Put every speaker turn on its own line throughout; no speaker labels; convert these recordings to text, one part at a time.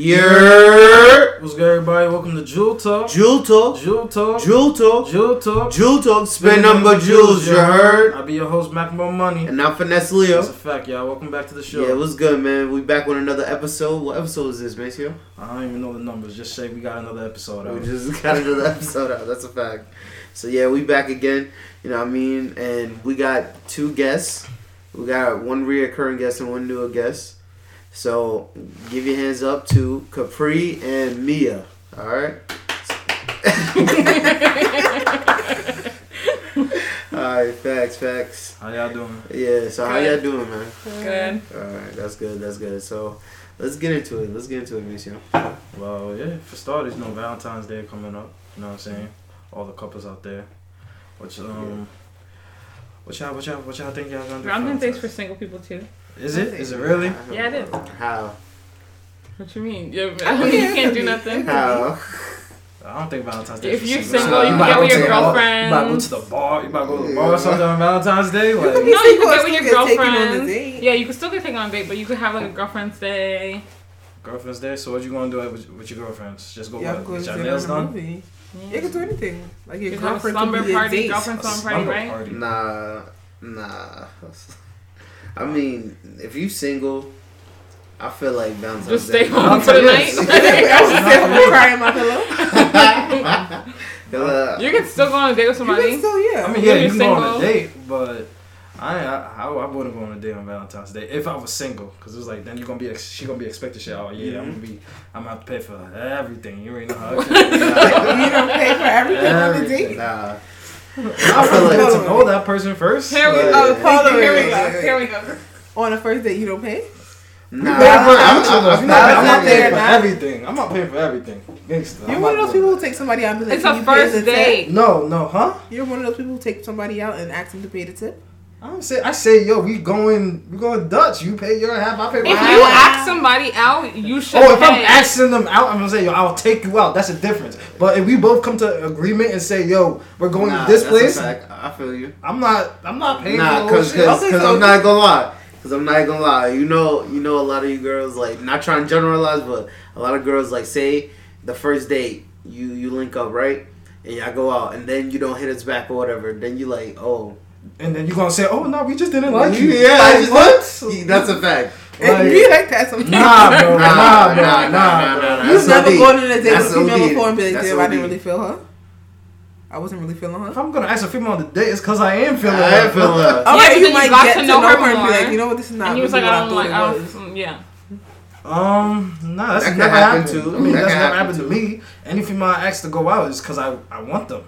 Yeah. What's good, everybody? Welcome to Jewel Talk.
Jewel Talk.
Jewel Talk.
Jewel Talk.
Jewel Talk.
Jewel Talk. Spend number jewels, you heard?
I'll be your host, Mac Mo Money.
And I'm Finesse Leo.
That's a fact, y'all. Welcome back to the
Yeah,
show.
what's good, man? We back with another episode. What episode is this, Maceo?
I don't even know the numbers. Just say we got another episode
We
out.
just got another episode out. That's a fact. So, yeah, we back again. You know what I mean? And we got two guests. We got one reoccurring guest and one newer guest. So, give your hands up to Capri and Mia. All right? All right, facts, facts.
How y'all doing?
Yeah, so how y'all
Good.
doing, man?
Good.
Alright, that's good, that's good. So let's get into it. Let's get into it, Maceo.
Well, yeah, for starters, you know, Valentine's Day coming up. You know what I'm saying? All the couples out there. Which, um, what y'all, what y'all, what y'all think y'all gonna do?
I'm doing things for
Valentine's?
single people too.
Is it? Is it really?
Yeah, it is.
How?
What you mean? Yeah, I mean, you can't do nothing.
How?
I don't think Valentine's Day.
If
for
you're
singles.
single, you
You
can
might
get
go
with
to
your
the bar-
You might go to
girlfriend.
the bar. You might go to the bar or something on Valentine's Day. Like,
No, you can get with your girlfriend.
Yeah.
Yeah, you can still get taken on a date, but you could have like a girlfriend's day.
Girlfriend's day. So what you gonna do with, with your girlfriends? Just go
Y'all
what,
go
get
to
your
dinner
nails
and a
done.
movie. You
Yeah.
can do anything. Like
You
your
could have a
girlfriend could
slumber
be a
party,
date.
girlfriend slumber party,
slumber
right?
party.
Nah, nah. I mean, if you single, I feel like Valentine's
Just
Day.
stay home for the
Yes.
night.
Crying my pillow.
Uh,
You can still go on a date with
You
somebody.
can still, yeah.
I mean, yeah,
If
you
you're
can go on a
single-
date, but I, ain't- I I I wouldn't go on a date on Valentine's Day if I was single, cause it was like then you gonna be ex- she gonna be expecting shit. Oh yeah, I'm gonna be I'm gonna have to pay for everything. You already know how. it goes.
you don't pay for everything on the
Everything.
date.
nah.
I feel like to know that person first.
Here we
Yeah.
go.
Hold on,
Oh, Here
wait,
we go.
wait,
Here we go.
On the first date, you don't pay.
Oh Nah,
I'm, I'm,
I'm-
I'm,
I'm
not,
not
I'm not paying
there,
for
nah.
everything. I'm not paying for everything. Gangsta.
You're
I'm
one of
not
those
doing
people who take somebody out and be like,
It's
"Can
a
you pay the
first
tip?"
that.
date.
No, no, huh?
You're one of those people who take somebody out and ask them to pay the tip.
I don't say. I say, yo, we going, we going Dutch. You pay your half, I pay
If
my
you
half.
ask somebody out, you should.
Oh, if I'm
pay.
asking them out, I'm gonna say, yo, I'll take you out. That's a difference. But if we both come to agreement and say, yo, we're going
Nah,
to this
that's a
place,
fact. I feel you.
I'm not, I'm not paying
Nah,
for the whole
cause,
shit.
cause,
Okay,
'cause
so-
I'm not gonna lie. Cause I'm not gonna lie. You know, you know, a lot of you girls like not trying to generalize, but a lot of girls like say the first date you you link up right, and y'all go out, and then you don't hit us back or whatever. Then you like, oh,
And then you're gonna say, oh no, we just didn't like you.
yeah,
Like,
I just, what? That's a fact.
And
Like-
you like that sometimes.
Nah,
Nah,
bro, nah, bro,
nah, nah,
nah,
nah, nah,
bro.
nah.
You've
That's
never
OD.
gone on a date
That's
with a female
OD.
before and be like,
That's
damn, I didn't
OD.
really feel her. I wasn't really feeling her.
If I'm gonna ask a female on the date, it's cause I am feeling.
I
it.
am feeling love.
Yeah,
All
but
right,
then
you
you
might
got
get
to
to
know
know
her
her and be
more.
like, you know what, this is not
And he was
really
like,
what
I
I
don't like. I
thought it was.
don't. Yeah.
Um, nah, that's
That could
never
happen,
happened.
too.
I mean,
That
that's
could
never
happen,
happened to me. Any female I ask to go out is cause I, I want them.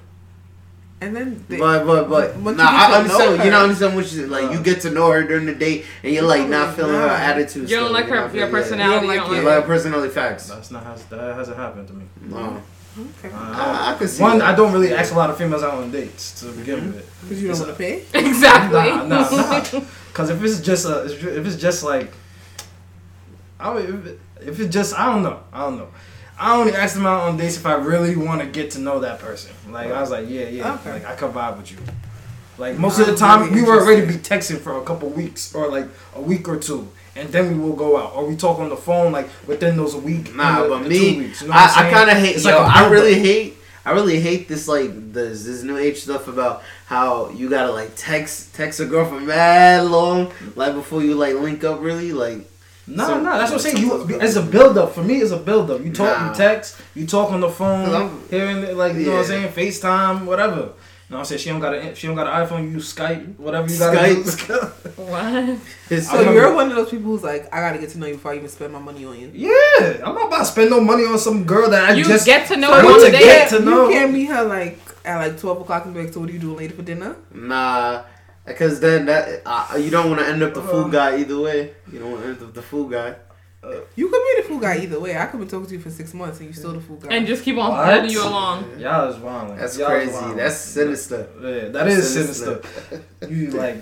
And then they,
But but but
Once
nah,
you get
I
to know
understand.
her.
you know, I understand what she's like. You get to know her during the date, and you're like not feeling her
Nah.
attitude.
You
still,
don't like
know
her.
what I
Your
mean? Yeah.
personality.
You
You
don't
don't
Yeah,
like.
like personality facts.
That's not has that hasn't happened to me.
No.
okay.
I- I could see
One,
that.
I don't really ask a lot of females out on dates to begin with.
Because Mm-hmm. you don't
It's
want to pay.
Exactly.
Nah, nah, nah. Cause if it's just a, if it's just like, I would, if it- if it's just, I don't know, I don't know. I only ask them out on dates if I really want to get to know that person. Like I was like, yeah, yeah,
Okay.
like I could vibe with you. Like most of the
I'm
time, we
really
were already be texting for a couple weeks or like a week or two, and then we will go out or we talk on the phone like within those week.
Nah,
and the-
but
the
me,
two weeks, you know what I'm
I, I
saying?
kind of hate.
It's
yo,
like a
I
buildup.
really hate. I really hate this like this this new age stuff about how you gotta like text text a girl for mad long like before you like link up really like
No,
So-
no, that's what I'm saying. You,
sometimes-
it's a build up. For me, it's a build up. You talk,
Nah.
you text, you talk on the
Cause
phone,
I'm-
here and there, like you know what I'm
Yeah.
saying, FaceTime, whatever. You know what I'm saying? She don't got a, she don't got an iPhone. You use Skype, whatever you got.
Skype.
What?
it's
I
So
remember-
you're one of those people who's like, I gotta get to know you before I even spend my money on you.
yeah, I'm not about to spend no money on some girl that I
You
just
get to know
I
her
want
on
to
a date.
get to know.
You can't meet her like at like twelve o'clock and be like, so what are you doing later for dinner?
nah. Cause then that uh, you don't want to end up the
Uh.
fool guy either way. You don't want to end up the fool guy.
You could be the fool guy either way. I could be talking to you for six months and you still the fool guy.
And just keep on
What?
holding you along.
Y'all is wild.
That's crazy. That's sinister.
yeah, that is sinister.
Sinister.
You like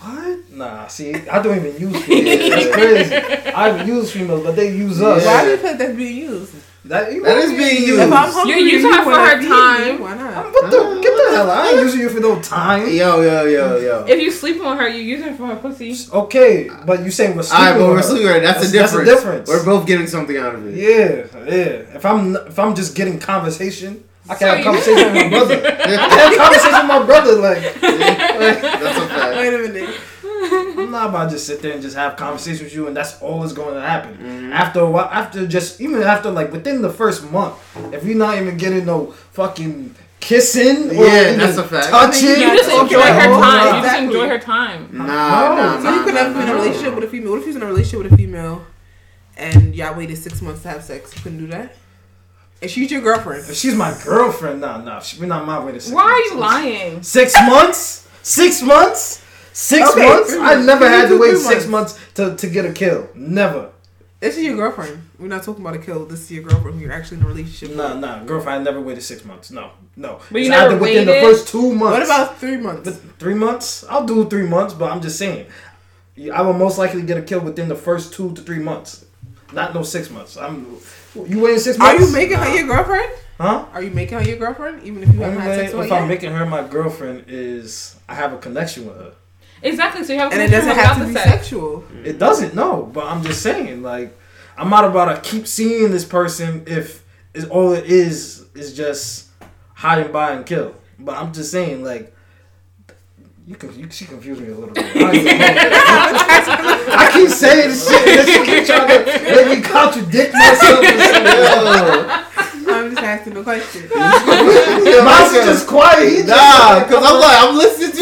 what? Nah, see, I don't even use females. It's crazy. I use females, but they use us.
Why do you feel like that's being used?
That, you
That
know,
is
you-
being
you-
used.
If I'm hungry,
You use her
you
for
wanna
her
feed
time.
me, Why not?
I'm- What the? Get the hell out! I ain't using you for no time.
Yo, yo, yo, yo.
If you sleep on her, you using her for her pussy.
Okay, but you saying we're
All
sleeping.
right, but
with
we're
her.
sleeping right. That's,
That's-
the
that's the
difference.
difference.
We're both getting something out of it.
Yeah, yeah. If I'm if I'm just getting conversation, I
So
can have
you-
conversation with my brother. I
Yeah,
can have conversation with my brother. Like
that's a fact.
Wait a minute.
I'm not about to just sit there and just have conversation with you, and that's all that's going to happen.
Mhm.
After a while, after just even after like within the first month, if you're not even getting no fucking kissing, or
Yeah,
even
that's a fact.
Touching,
You just
or
enjoy her
something,
time. You just
Exactly.
enjoy her time.
Nah, nah, nah.
So you could
nah,
never be in a
nah.
relationship with a female. What if you was in a relationship with a female and y'all waited six months to have sex? You couldn't do that? And she's your girlfriend.
If she's my girlfriend, nah, nah, she, we're not my way to. six
Why are you
months.
lying?
Six months? Six months? Six
Okay,
months?
three
I
months.
never had to
Three
wait
months.
six months to, to get a kill. Never.
This is your girlfriend. We're not talking about a kill. This is your girlfriend who you're actually in a relationship
Nah,
with.
nah, girlfriend, I never waited six months. No, no.
But you
It's
never
either within the
waited?
first two months.
What about three months?
Th- three months? I'll do three months, but I'm just saying. I will most likely get a kill within the first two to three months. Not no six months. I'm. You waiting six
Are
months?
you making her your girlfriend?
Huh?
Are you making her your girlfriend? Even if you haven't
Only
had
way
sex with
if
her
I'm
yet?
making her my girlfriend is I have a connection with her.
Exactly. So you have a
And it
connection
doesn't have
without
to
the
be
sex.
sexual.
It doesn't no, but I'm just saying like I'm not about to keep seeing this person if is all it is is just hide and buy and kill. But I'm just saying like you can you, she confused me a little bit. I, don't even know. I keep saying this shit. and This shit keep trying to make me contradict myself. and shit.
I'm just asking the question.
Yo,
Mine's
okay.
just quiet. He just-
Nah, cause I'm like I'm listening to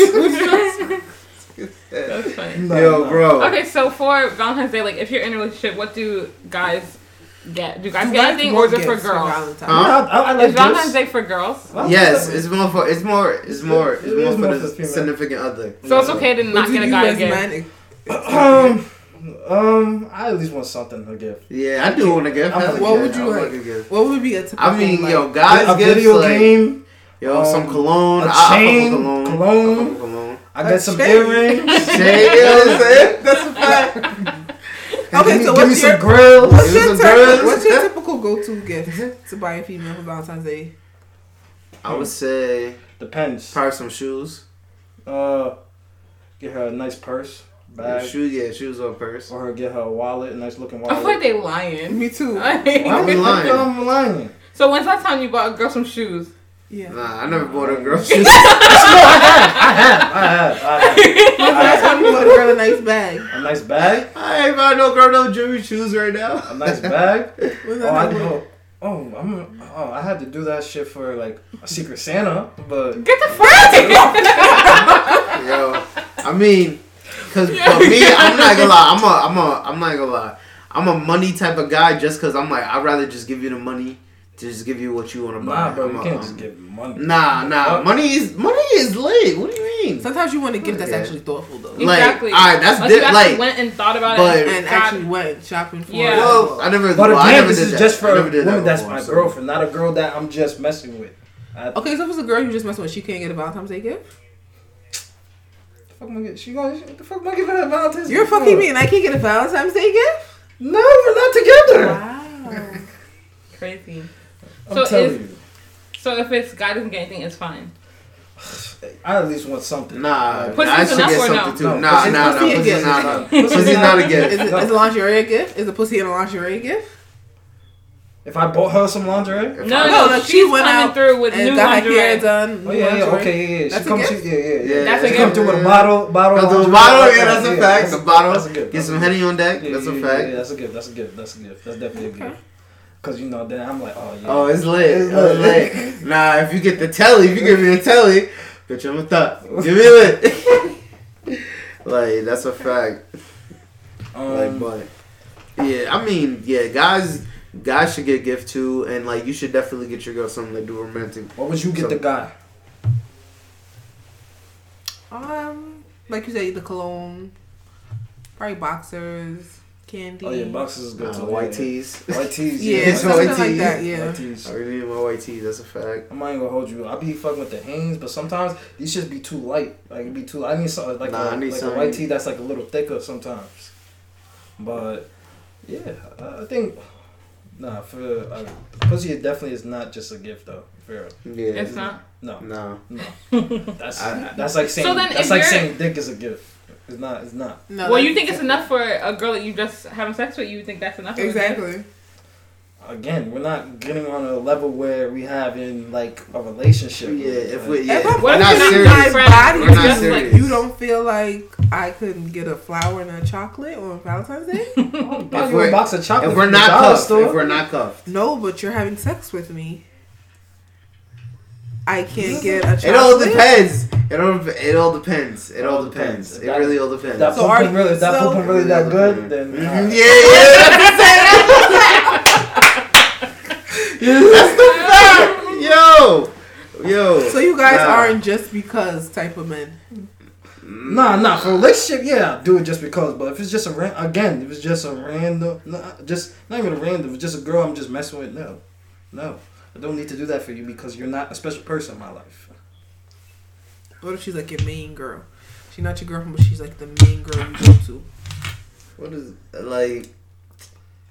you.
That's funny.
No,
Yo,
no.
bro.
Okay, so for Valentine's Day, like if you're in a relationship, what do guys get? Do guys
Do
get
guys
anything or
want
is it for
gifts
girls?
Valentine's?
Yeah,
Huh?
I, I, I like
Is Valentine's
this.
Day for girls?
Yes, it's more for it's more it's more it's
It
more
is more
for
for
the
female.
significant other.
So it's okay to
What
not
do
get a
you
guy a
as
gift.
men-
Um, um, I at least want something to give.
Yeah, I do want to give.
I'm-
hell
what
yeah,
would you
I
like?
want to give.
What would be a typical
I mean,
like,
yo, guys
a
give
video
like,
game.
yo some
um,
cologne,
a
I- I fuck with
chain,
cologne,
cologne.
I fuck with cologne.
I
A
got some
chain.
earrings.
Shit, you know what I'm saying? That's a fact.
And give
Okay,
me, give
so
me
what's
some
your-
grills.
What's
It
your,
was a
typ-
girl.
what's your typical go-to gift to buy a female for Valentine's Day?
I would say
Depends.
probably some shoes.
Uh, get her a nice purse, bag,
Shoes, yeah, shoes or purse.
Oh.
or her get her a wallet, a nice looking
I feel like
wallet.
they lying.
Me too.
I'm
be lying.
I'm lying.
so when's that time you bought a girl some shoes?
Yeah.
Nah, I never bought a girl shoes.
I have, I have, I
That's
have. I
why you bought a girl a nice bag.
have. A nice bag,
I ain't found no girl no Jimmy shoes right now.
a nice bag.
What's
Oh, I
that one?
know. Oh, I'm. Oh, I had to do that shit for like a Secret Santa, but
Get the fuck
Yo, I mean, cause for me, I'm not gonna lie. I'm a, I'm a, I'm not gonna lie. I'm a money type of guy. Just cause I'm like, I'd rather just give you the money to just give you what you want to buy.
nah, bro,
I'm
we
a-
can't
I'm-
just give money.
Nah, nah.
What?
Money is money is lit. What do you mean?
Sometimes you want a gift that's
Yeah.
actually thoughtful though.
Like,
Exactly.
alright, that's
like,
di-
you actually
like,
went and thought about
but-
it.
and
got-
actually went shopping for.
Yeah.
it.
Well, I never.
But
well, I
again,
never
this
did
is
that.
just for
I
a
never did that
woman that's
before,
my
so-
girlfriend, not a girl that I'm just messing with. I, what
okay, so if it's a girl you just messing with, she can't get a Valentine's Day gift.
the fuck am I get? She gonna? What the fuck am I giving her Valentine's?
You're
Day
fucking
for?
me, and I can't get a Valentine's Day gift.
No, we're not together.
Wow.
Crazy.
I'm
So
telling
is-
you.
So if it's guy doesn't get anything, it's fine.
I at least want something.
Nah,
Like,
Pussy's
I should
enough
get
or no?
something too.
No,
Nah,
pussy-
nah, nah.
pussy a
Pussy's
gift.
not.
Pussy's
Pussy's
not
not
a
a
Is,
gift.
it, is the lingerie a gift? Is the pussy in a lingerie a gift?
If I bought her some lingerie.
If
No,
I-
no,
No, like,
she's
she went
coming
out
through with new
And got her hair
lingerie.
done.
Oh yeah, yeah,
lingerie.
okay, yeah, yeah.
That's
She
a
comes,
gift?
yeah, yeah, yeah.
That's a
she
gift.
come through with a bottle, bottle.
Come through
lingerie,
a bottle,
like
yeah,
that.
that's a fact.
that's
A bottle.
that's a
Get
gift, that's a
some
gift.
henny on deck.
Yeah,
That's
yeah,
a
yeah, Yeah,
fact.
that's a gift. That's a gift. That's a gift. That's definitely a gift. Cause you know, then I'm like, oh yeah.
Oh, it's lit.
It's
It's
lit.
lit. Nah, if you get the telly, if you give me the telly, bitch, I'm a thought. Give me it. like that's a fact. Like,
um,
but yeah, I mean, yeah, guys, guys should get gift too, and like you should definitely get your girl something to do romantic.
what would you get the guy?
Um, like you said, the cologne, probably boxers, candy.
Oh yeah, boxes is good
Uh,
too.
white
yeah.
tees.
White tees.
Yeah,
It's
something
white
like
tees.
that.
yeah.
Yeah.
White tees.
I really need my white tees. That's a fact.
I'm not even gonna hold you. I be fucking with the Hanes, but sometimes these shits be too light. Like it be too. I need something like,
Nah,
a,
I need
like a
something.
white tee that's like a little thicker sometimes. But yeah, I I think Nah, for real, uh, pussy it definitely is not just a gift though. For real.
Yeah.
It's not.
No,
No.
no. That's
I-
that's like saying
So then if
that's like
you're-
saying dick is a gift. It's not. It's not.
No,
Well,
that-
you think it's enough for a girl that you just having sex with? You think that's enough? of a
Exactly.
Again, we're not getting on a level where we have in like a relationship.
Yeah. If we
Like,
yeah.
If I'm
We're
We're not
looking
not
at
serious.
guy's
Friends,
body,
we're
it's
not
just
serious.
like you don't feel like I couldn't get a flower and a chocolate on Valentine's Day.
buy you
we're-
a box of chocolate
If we're
from the
not
dollar
cuffed.
store.
If we're not cuffed.
no, but you're having sex with me. I can't get a chocolate.
It all depends. It all it all depends. It all
all
depends.
depends. If
It
that-
really all
If that
depends.
So
pooping
are-
really, if that
so-
pooping really that good, then
Mhm.
alright.
yeah, yeah, that's the
uh,
fact. Yo, yo.
So you guys
Nah.
aren't just because type of men.
Nah, nah. For a relationship, yeah, I'll do it just because. But if it's just a ran- again, if it's just a random, nah, just not even a random, if it's just a girl I'm just messing with. No, no, I don't need to do that for you because you're not a special person in my life.
What if she's like your main girl? She's not your girlfriend, but she's like the main girl you go to.
What is like?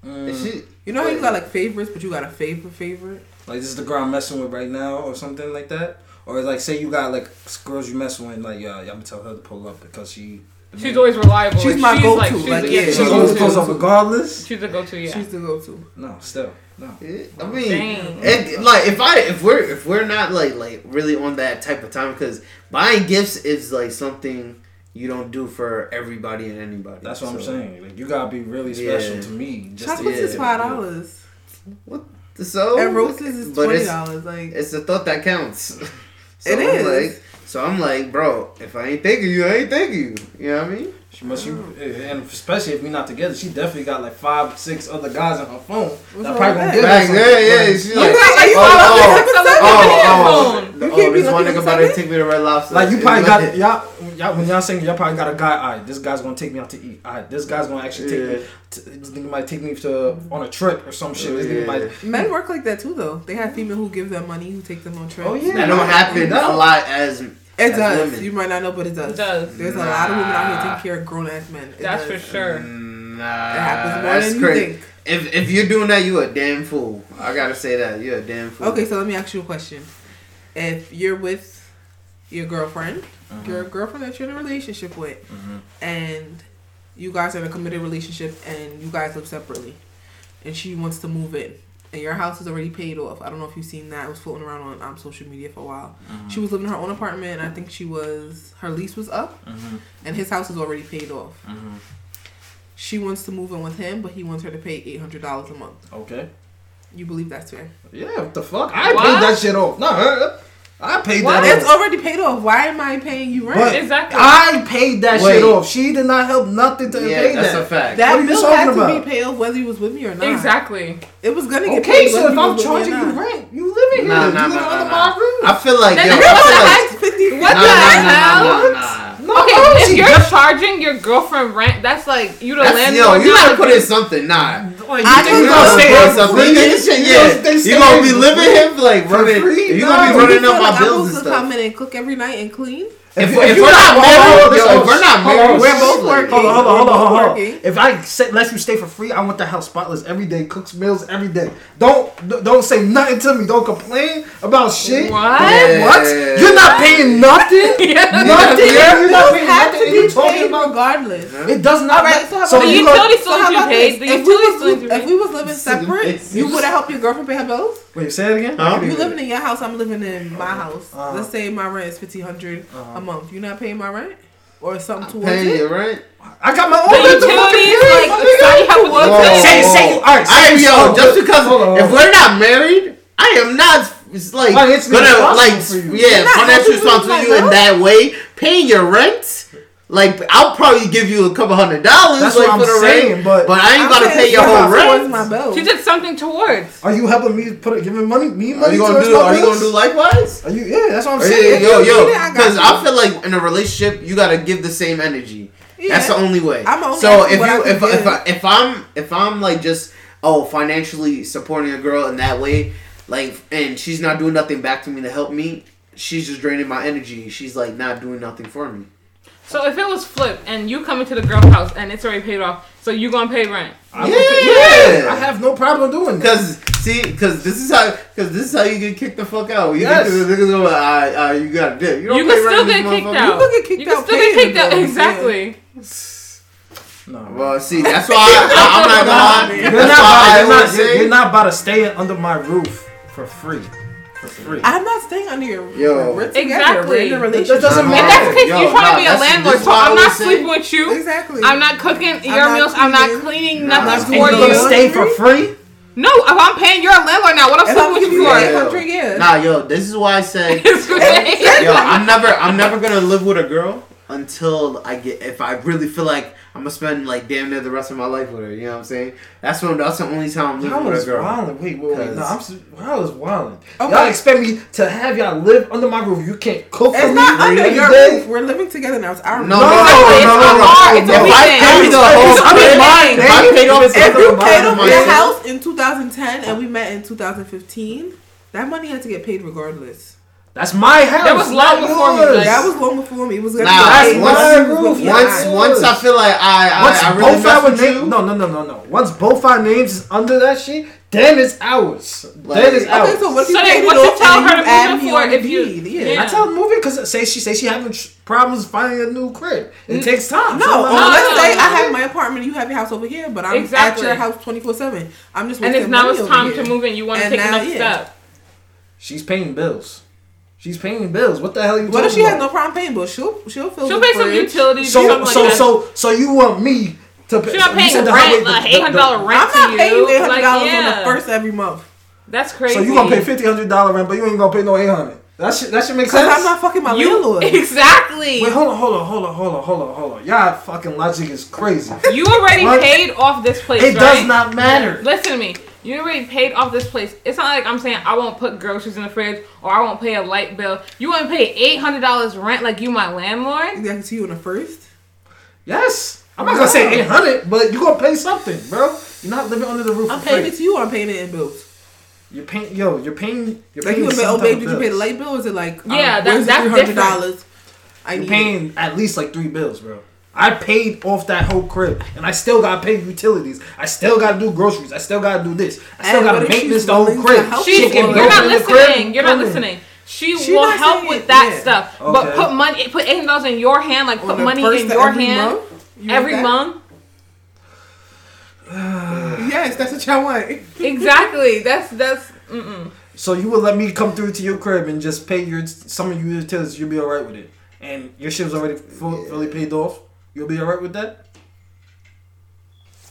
Mm,
Is she?
You know how you got like favorites, but you got a favorite favorite.
like this is the girl I'm messing with right now, or something like that. Or like say you got like girls you messing with, like yeah, I'm gonna tell her to pull up because she. the
She's
main-
always reliable.
She's my go-to,
she's,
like,
a-
yeah,
She's
she's
always
a
close up
go-to.
regardless.
She's a go-to. Yeah.
She's the go-to.
No, still no.
I
Mm.
mean,
Dang.
And like if I if we're if we're not like like really on that type of time because buying gifts is like something you don't do for everybody and anybody.
That's what I'm
So,
saying. Like you gotta be really
Yeah.
special to me. Just to
Chocolates
yeah,
is five dollars,
So
and roses is
but
twenty
it's-
dollars. Like
It's the thought that counts. So
It
I'm
is.
Like, so I'm like, bro, if I ain't thinking you, I ain't thinking you. You know what I mean?
She must, you, and especially if we not together, she definitely got like five, six other guys on her phone.
wrong
That probably gonna
with that?
get
Back
us.
there, yeah, she's
You
like,
got, like,
oh,
five
oh,
other
oh,
guys
oh,
on
oh,
her
the-
You
oh,
can't be
this one
looking
nigga
at
about to
something?
take me to Red Lobster.
Like you
It's
probably got
it.
y'all, y'all when y'all singing, y'all probably got a guy. All right, this guy's gonna take me out to eat. All right, this guy's gonna actually take
Yeah.
me. To, this nigga might take me to on a trip or some shit. This nigga
Yeah.
might.
men work like that too, though. They have female who give them money, who take them on trips.
Oh, yeah.
That don't happen a
No.
lot as
it
as
does.
women.
You might not know, but it does.
It does.
There's a lot of women out here
Nah.
taking care of grown ass men. It
That's for
does.
sure.
mm, Nah,
It happens more
that's
than
crazy.
you think.
If if you're doing that, you a damn fool. I gotta say that you're a damn fool.
Okay, so let me ask you a question. If you're with your girlfriend,
Mm-hmm,
your girlfriend that you're in a relationship with, and you guys are in a committed relationship and you guys live separately, and she wants to move in, and your house is already paid off. I don't know if you've seen that. It was floating around on um, social media for a while.
Mm-hmm.
She was living in her own apartment. I think she was, her lease was up, and his house is already paid off. She wants to move in with him, but he wants her to pay $800 a month.
Okay.
You believe that's fair?
Yeah. What the fuck? I
What?
paid that shit off. Nah, her- I paid
Well,
that
it's
off.
already paid off. Why am I paying you rent?
But
Exactly.
I paid that
Wait.
shit off. She did not help nothing to
yeah,
pay
that's
that.
a fact.
What are
that
you
bill
talking
had to
about?
be paid off whether he was with me or not.
Exactly.
It was gonna get
Okay,
paid.
so
whether
if
he
I'm
was with me or
charging you
not.
rent, you living
Nah,
here.
nah,
you living
nah,
under
nah,
my roof.
I feel like yo,
Then
I
you know
feel like
I had 50
What
nah,
the
nah,
hell?
nah, nah, nah, nah.
No,
Okay,
no,
if
Oh, she
you're
def-
charging your girlfriend rent, that's like you the
That's, yo,
landlord.
you gotta
not
put
the-
in something. Nah.
Like,
I
you think
think
you
I'll
gonna
stay
stay
Or
for
something. You
free?
gonna-
You
yeah,
gonna stay
You gonna be
staying.
living him like
For
running.
free?
You gonna be
No.
running up
feel
my
like I'm
bills and
supposed to come
stuff.
in and cook every night and clean.
If,
you-
if
you
we're not
hold on, hold
married,
on,
yo,
hold
if we're oh, not
on, hold on,
married,
we're both
shit.
working.
Hold on, hold on, hold on, hold on.
Working.
If I say, let you stay for free, I want the house spotless every day. Cooks meals every day. Don't don't say nothing to me. Don't complain about shit.
What?
Yeah.
What? You're not paying nothing.
Yeah.
nothing.
Yeah.
You're not
You
paying
have
nothing.
to
and you
be
talking
paid
about?
regardless.
It does not.
All right, so how
so
about
you
the
go,
utilities
So
still
how
need you
about
paid.
this?
The
If we,
utilities
was,
still need you
li- if
paid.
we was living separate, you would have helped your girlfriend pay her bills.
wait. Say it again.
Huh?
You living in your house, I'm living in my house.
Uh-huh.
Let's say my rent is fifteen hundred
Uh-huh.
a month. You not paying my rent or something towards
Paying
it?
your rent?
I got my own.
The
rent to Oh, fucking
utilities,
pay,
like,
my nigga.
Sonny had one
Whoa.
thing.
Say, say you. All right.
I
Say
am
you
yo,
so-
just because
Hold on,
if
hold on.
we're not married, I am not it's like
Like, it's
gonna
responsible
like
for you.
yeah
You're not
financial
helping me with my
responsibility in
bills?
that way. Paying your rent, like I'll probably give you a couple hundred dollars
That's
like
what
for
I'm
the
saying,
rent,
but-
but I ain't
I'm
gotta
paying
pay your
my
whole
bills towards
rent.
My bills.
She did something towards.
Are you helping me put it, giving money? Me
Are
money?
you gonna
towards
do?
my
Are you
bills?
gonna do likewise?
Are you? Yeah, that's what I'm
Or
saying.
yeah, yo,
you
yo,
did, I got
because
you.
I feel like in a relationship you gotta give the same energy.
Yeah.
That's the only way.
I'm only
so if
asking what I
you
can
if if,
give.
I, if I'm if I'm like just oh financially supporting a girl in that way, like and she's not doing nothing back to me to help me, she's just draining my energy. She's like not doing nothing for me.
So if it was flip and you come into the girl house and it's already paid off, so you gonna pay rent?
I
Yeah.
would pay- yeah. I have no problem doing that.
Cause see, cause this is how, cause this is how you get kicked the fuck out. You
Yes.
get the niggas go, ah, ah, you got a dick. You don't
You
pay
can
rent
still
to this
get kicked
motherfucker.
out.
You could get kicked
you can
out
still get
paying
kicked out.
bills, yeah.
Exactly.
No,
Well, see, that's why I, I, I'm not
you're
gonna.
not,
That's why I
about, you're,
always
not, you're,
say.
you're not about to stay under my roof for free. For free.
I'm not staying under your roof.
Yo.
We're together.
Exactly.
We're in a
That
relationship.
doesn't
In
matter.
that case,
Yo,
you're trying
nah,
to be a
that's-
landlord, so
this is why I
I'm
was
not
saying-
sleeping with you.
Exactly.
I'm not cooking your
not
meals. I'm not
cleaning.
cleaning
Nah,
That's
nothing
cool.
for
You're gonna
you.
stay for free?
No, if I'm paying, you're a landlord now. What I'm
If
sleeping
I'm
with
giving
you
you
for?
eight hundred, yeah.
Nah, yo, this is why I say.
It's great.
yo, I'm never, I'm never gonna live with a girl until I get. If I really feel like I'm gonna spend like damn near the rest of my life with her, you know what I'm saying? That's when. That's the only time I'm
I
living with
was
a girl.
wildin'. Wait, wait, wait. No, I'm, s- I was wildin'. Y'all
Okay.
expect me to have y'all live under my roof? You can't cook for
It's
me.
not under
every
your
day?
roof. We're living together now. It's our
No,
roof.
no, no,
Exactly,
no,
it's a
no, no.
bar, it's a
If I
weekend.
paid the
It's
whole
under
bill,
mine.
if I paid off
If you
If you
every
paid
bill
off
my
your
house.
house in 2010 and we met in 2015, that money had to get paid regardless.
That's my house.
That was
not
long before me,
yours.
like-
That was long before me. It was gonna
Nah,
be
once-
paid when we
once-
was with your
Once,
eye.
once I feel like
Once
I, I, I really
both
mess
our
with
names,
you.
no, no, no, no, no. Once both our names is under that shit, then it's ours.
Like-
then it's
Okay,
ours.
Okay, so what if you
So then
paid it
what you
off
tell
and
her
you
to
add
move
me
for
on
if
the
you-
deed?
I
Yeah.
yeah.
tell her moving because say she say she having tr- problems finding a new crib. It takes time.
No, uh,
so I'm
or
like,
let's
no,
say
no.
I have my apartment, you have your house over here, but I'm
Exactly.
at your house 24 7. I'm just
And
wasting
it's now
money
it's
over
time
here.
to move in. You want to
And
take
now,
another
yeah.
step.
she's paying bills. She's paying bills. What the hell are you
What
talking
if she has no
about?
problem paying, but she'll she'll fill
She'll
the
pay some
fridge.
utilities.
so
something like
so
that.
so so you want me to pay?
She's not
you
paying
said the
rent,
highway-
like
the- the-
eight hundred dollar rent
I'm
to
not paying you $800
Like,
on
yeah.
the first every month.
That's crazy.
So you gonna pay fifty hundred dollar rent, but you ain't gonna pay no eight hundred. That should that should make
Because
sense.
I'm not fucking my
You
landlord.
exactly.
Wait, hold on, hold on, hold on, hold on, hold on, hold on. Y'all fucking logic is crazy.
You already
What?
paid off this place.
It
right?
does not matter.
Listen to me. You already paid off this place. It's not like I'm saying I won't put groceries in the fridge or I won't pay a light bill. You want to pay eight hundred dollars rent like you my landlord?
Exactly to you in the first.
Yes. I'm not gonna say 800, but you gonna pay something, bro. You're not living under the roof.
I'm
for
paying
free.
it to you. or I'm paying it in bills.
You're paying, yo. You're paying. You're
Like
paying.
you would be,
some
oh
type
babe,
of
did you pay the
bills.
light bill? Is it like
Yeah, that-
um, where's the
that's different.
$300? I
You're
need. it.
paying at least like three bills, bro. I paid off that whole crib, and I still gotta pay utilities. I still gotta do groceries. I still gotta do this. I still
And
gotta
what if
maintenance
she's
the whole
willing to
crib.
help
She,
She
can
won't.
you're
go
not
in the crib,
listening. You're not
come in.
listening. She
She
will
not
help
saying
with
it,
that
yeah.
stuff.
Okay.
But put money, put eight hundred dollars in your hand. Like
On
put
the
money
first
in
to
your
every
hand
month? You want
every
that?
month.
Yes, that's what y'all want.
Exactly. That's that's. mm, Mm-mm.
So you would let me come through to your crib and just pay your some of your utilities. You'll be all right with it, and your shit's already full, fully paid off. You'll be all right with that.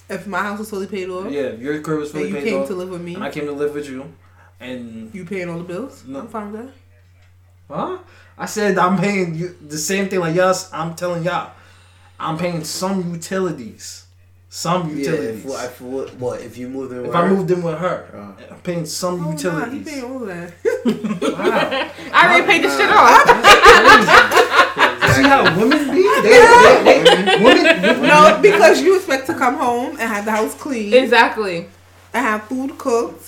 If my house was fully paid off,
Yeah, your crib was
and
fully
Oh. you
paid
came
off,
to live with me,
and I came to live with you, and
you paying all the bills.
No.
I'm fine with that.
Huh? I said I'm paying you the same thing like y'all. I'm telling y'all, I'm paying some utilities, some
Yeah,
utilities.
if, I- if, what, what, if you moved in
if
with
I
her?
moved in with her,
Uh.
I'm paying some
Oh, nah, he
utilities.
paying all of that.
wow,
I already paid this shit
Oh,
off.
see how women be? They, they, they, women, women-
no, because you expect to come home and have the house clean
exactly.
and have food cooked,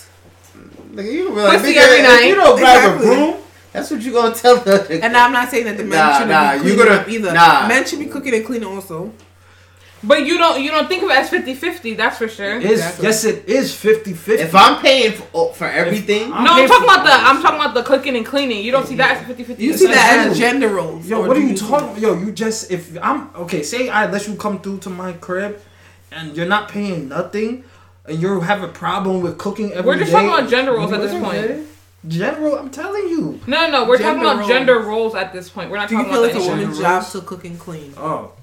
Nigga, you don't really
Pussy
think
every
if
night.
You don't grab a
Exactly.
broom. That's what you gonna tell the nigga.
and I'm not saying that the men
Nah,
shouldn't
nah,
be
you
cleaning
gotta-
up either.
nah.
Men should be cooking and cleaning also.
But you don't you don't think of it as 50-50, That's for sure.
It's-
Exactly.
yes, it is 50 50.
if I'm paying for, oh, for everything,
I'm-
No, I'm
paying
talking
for-
about the I'm talking about the cooking and cleaning. You don't see that as 50-50.
You see that as
Exactly.
gender roles.
Yo,
or
what are
do
you
see
talking? Yo, you just if I'm okay. Say I let you come through to my crib, and you're not paying nothing, and you have a problem with cooking every day.
We're just talking about gender roles at this point.
General, I'm telling you.
No, no, we're talking
Gender
about
roles.
gender roles at this point. We're not
Do you
talking
feel
about
it's
the
a
that
woman's
gender
job
roles?
to cook and clean?
Oh,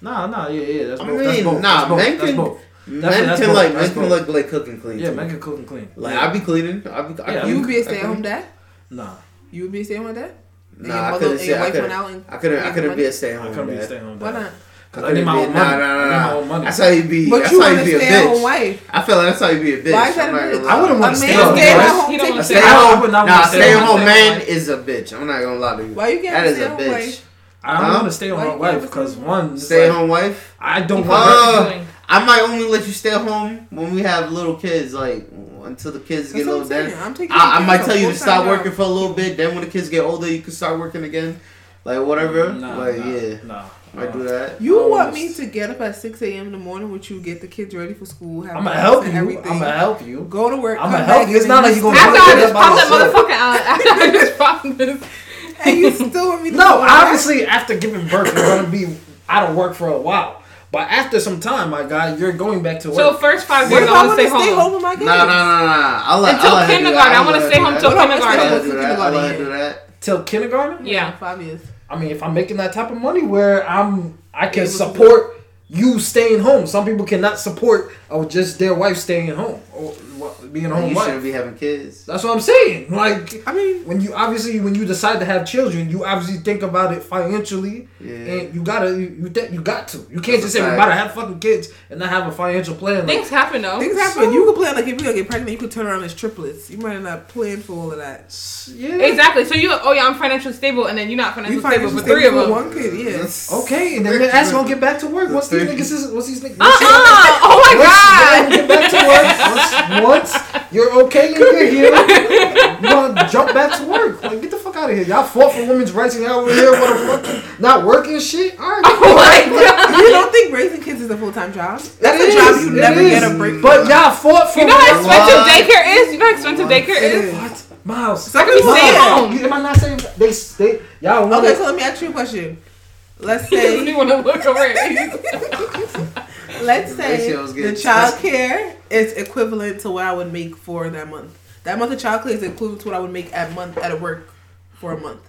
nah, nah, yeah, yeah. That's
I
both. that's
mean,
both.
nah,
that's both.
men
that's
can-
both. Definitely,
men
that's
can
both,
like
that's
men can
both.
look like cook and clean.
Yeah,
too.
men can cook and clean.
Like
yeah.
I be cleaning. I be. I
Yeah,
You
clean.
would be a
I
stay at
clean.
home dad?
nah,
You would be a stay at home dad? And your
Nah, I
mother-
couldn't
and
say
your
I
wife
couldn't.
went out and
I couldn't. I
made
couldn't
money?
be a stay at
I
home
couldn't be a stay
dad.
at home
Why not?
dad. 'Cause I need my own money.
Nah,
I need my
nah, nah,
own
nah.
money.
That's how you be.
But
that's
you
how
want
you
to
be a
stay at home
bitch.
wife.
I feel like that's how you be a bitch.
Why is that
I'm
a
not gonna
bitch?
lie.
I wouldn't want
A man
to
stay
stay
at
home.
Yes,
home.
he
takes
don't
A
wanna
you
stay at
I
would- I
home.
would not
Nah,
wanna stay
stay
at
at
home.
home man is a bitch. I'm not gonna lie to you.
Why you can't
That is
stay
a
at home
bitch.
wife?
I don't
Huh?
want to stay with
Why
my
you
wife
never
because
stay
one, it's
Stay at
like,
home wife.
I don't want her.
Uh,
doing.
I might only let you stay at home when we have little kids, like until the kids
That's
get
what
little.
I'm saying.
Then
I'm taking
I, I
you
might
to a
tell you to
full-time
stop
job.
working for a little bit. Then when the kids get older, you can start working again, like whatever.
Nah,
like
nah,
yeah,
nah.
I do that.
You
Oh,
want
s-
me to get up at 6 a.m. in the morning with you, get the kids ready for school, have
I'm gonna
breakfast
help
and
you.
everything.
I'm gonna help you.
Go to work.
I'ma
come
help
back,
you. It's
and
not
then
like you gonna
After
Look
I
at
just
that
popped that
myself.
motherfucker out. After I just popped this.
And you still want me to
No,
go to work?
obviously, after giving birth, you're gonna be out of work for a while. But after some time, my guy, you're going back to work.
So first five
What
years,
if
I
I
want
want
to
to stay home with my kids?
Nah, nah, nah, nah. I'll let,
Until
I'll let her do
kindergarten. I
that.
wanna
let her
stay
do
home
that.
till
I'll let her
kindergarten.
do that. I'll let her do that.
till kindergarten.
Yeah.
Five years.
I mean, if I'm making that type of money, where I'm, I can
Able to-
support you staying home. Some people cannot support oh just their wife staying home or well, being a home
You
wife.
shouldn't be having kids.
That's what I'm saying. Like
I mean,
when you obviously when you decide to have children, you obviously think about it financially,
Yeah.
and you gotta you you, think- you got to. You
That's
can't just
a
say we
fact.
about to have fucking kids and not have a financial plan. Like,
Things happen though.
things happen. you can plan like if you gonna get pregnant, you could turn around as triplets. You might not plan for all of that.
yeah.
Exactly. So you, oh yeah, I'm financially stable, and then you're not financially
You
stable
financially
with three of
stable with
them.
one kid, yeah.
Okay, and then your ass gonna get back to work. Once these
Thank you.
niggas is once these niggas.
Uh uh Oh my
Once
god.
you get back to work, once, once you're okay and you're here, you wanna jump back to work. Like, get the fuck out of here. Y'all fought for women's rights and y'all over here want to fucking not work and shit? Alright.
Oh my god.
You don't think raising kids is a full time job?
That
a
is,
job you
it
never
is.
get a break from.
But y'all fought for
You know how
women's-
expensive
What?
daycare is? You know how expensive
What?
daycare
It
is?
is.
What? Miles.
So I could
be
Miles,
staying home.
you- Am I not saying they stay? Y'all want
Okay, so let me ask you a question. Let's
You
say,
want to look away.
let's
The
say
ratio's
the
good.
child care is equivalent to what I would make for that month. That month of child care is equivalent to what I would make at month at a work for a month.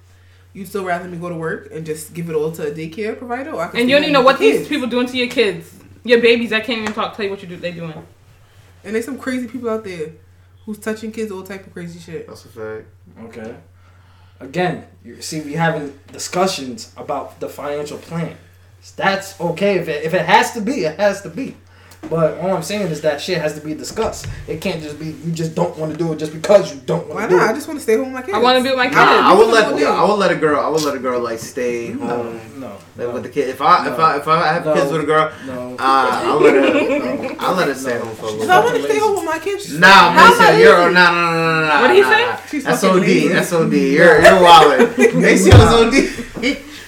You'd still rather me go to work and just give it all to a daycare provider, or I could
And
stay
you don't
home
even know
with
what
the
these
kids.
people doing to your kids. Your babies, I can't even talk, tell you what you do, they doing.
And there's some crazy people out there who's touching kids, all type of crazy shit.
That's a fact.
Okay. Again, you see, we having discussions about the financial plan. That's okay if it, if it has to be, it has to be. But all I'm saying is that shit has to be discussed. It can't just be you just don't want to do it just because you don't
Why
want to do
not? I
it.
just want to stay home with my kids.
I want to be with my kids.
Nah, I would let
Yeah.
I would let a girl I would let a girl like stay
No,
home
no,
like,
no,
with the kid. If I if I if I have
No.
kids with a girl,
no.
uh, I'll let her uh,
no.
I'll let her stay home for a
Because I
little.
want to stay home with my kids.
bit. Nah,
How
listen,
lazy?
you're nah nah nah nah nah.
What did he
nah,
say?
nah.
She's
That's
fucking
OD.
lazy.
That's OD. You're you're wild. They see OD.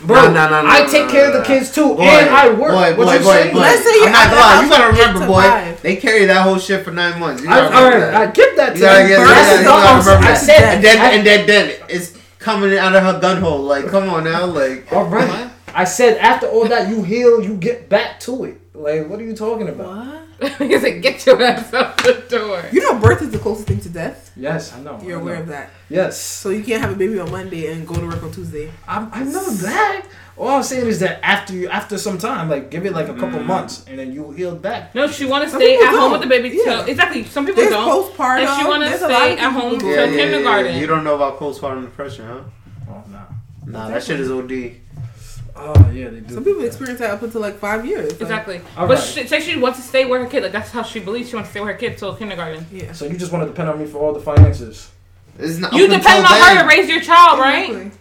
Bro, I take care of the kids too, and I work.
Boy,
what
boy,
you
boy,
saying?
boy.
Let's say you're
I'm not
at the
lying. You
house
gotta
with kids
remember,
to
boy.
five.
They carry that whole shit for nine months. You
I,
gotta
all
remember
right,
that.
I get that. To
You gotta
you.
get
But
that.
that's
You
not
gotta
what I'm saying.
remember
I
that.
said
And then
I-
and then then it's coming out of her gun hole. Like, come on now, like.
All right. I said after all that you heal, you get back to it. Like, what are you talking about?
What?
He said, get your ass out the door.
You know, birth is the closest thing to death.
Yes, I know.
You're
Oh, I
aware
know.
of that.
Yes,
So you can't have a baby on Monday and go to work on Tuesday.
I, I know that. All I'm saying is that after you, after some time, like give it like a couple months, and then you heal back.
No, she want to
Some
stay at home
people don't.
with the baby.
Yeah.
Till, exactly. Some people
There's
don't.
postpartum.
If she wanna
there's a lot
stay
of
at
people
home,
who
Yeah,
go-
yeah, yeah, kindergarten.
You don't know about postpartum depression, huh?
Oh no.
Nah, that shit is OD.
Oh yeah, they do.
Some people experience that up until like five years. Like,
Exactly.
All
but
right.
she, say she wants to stay with her kid. Like that's how she believes she wants to stay with her kid till kindergarten.
Yeah.
So you just want to depend on me for all the finances
It's not
You
up until
depend on her
then.
to raise your child, right?
Exactly.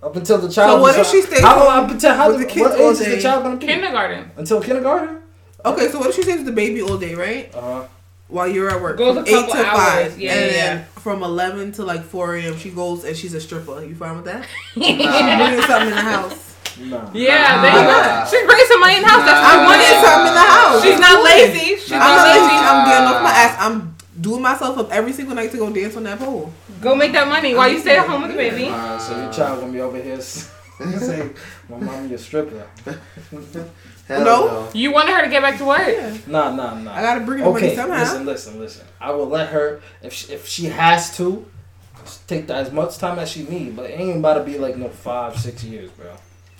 up until the child.
what if
decides-
she stays
How long? Up until how
with
the
the kids
what
all
age is the
day?
child gonna be?
Kindergarten.
until kindergarten.
Okay, so what if she stays with the baby all day, right?
Uh
While you're at work,
Goes
from
a
eight
couple
to
hours.
five,
Yeah,
and
yeah,
then from eleven to like four a.m. she goes and she's a stripper. You fine with that?
Nah.
She's doing something in the house.
no.
Yeah, there
Nah.
you go. She's bringing some money in the house. That's
Nah.
what
I'm
she
doing
wanted.
something in the house.
She's not lazy. She's
Nah.
I'm
not
not lazy.
lazy.
I'm getting off my ass. I'm doing myself up every single night to go dance on that pole.
Go make that money while you stay at home with the baby.
Nah,
So your child gonna be over here s- saying, "My mommy a stripper."
Hell
No.
no.
You wanted her to get back to work.
Yeah.
Nah, nah, nah.
I gotta bring the money
Okay,
somehow.
listen, listen, listen. I will let her if she, if she has to take that as much time as she need, but it ain't about to be like no five six years, bro.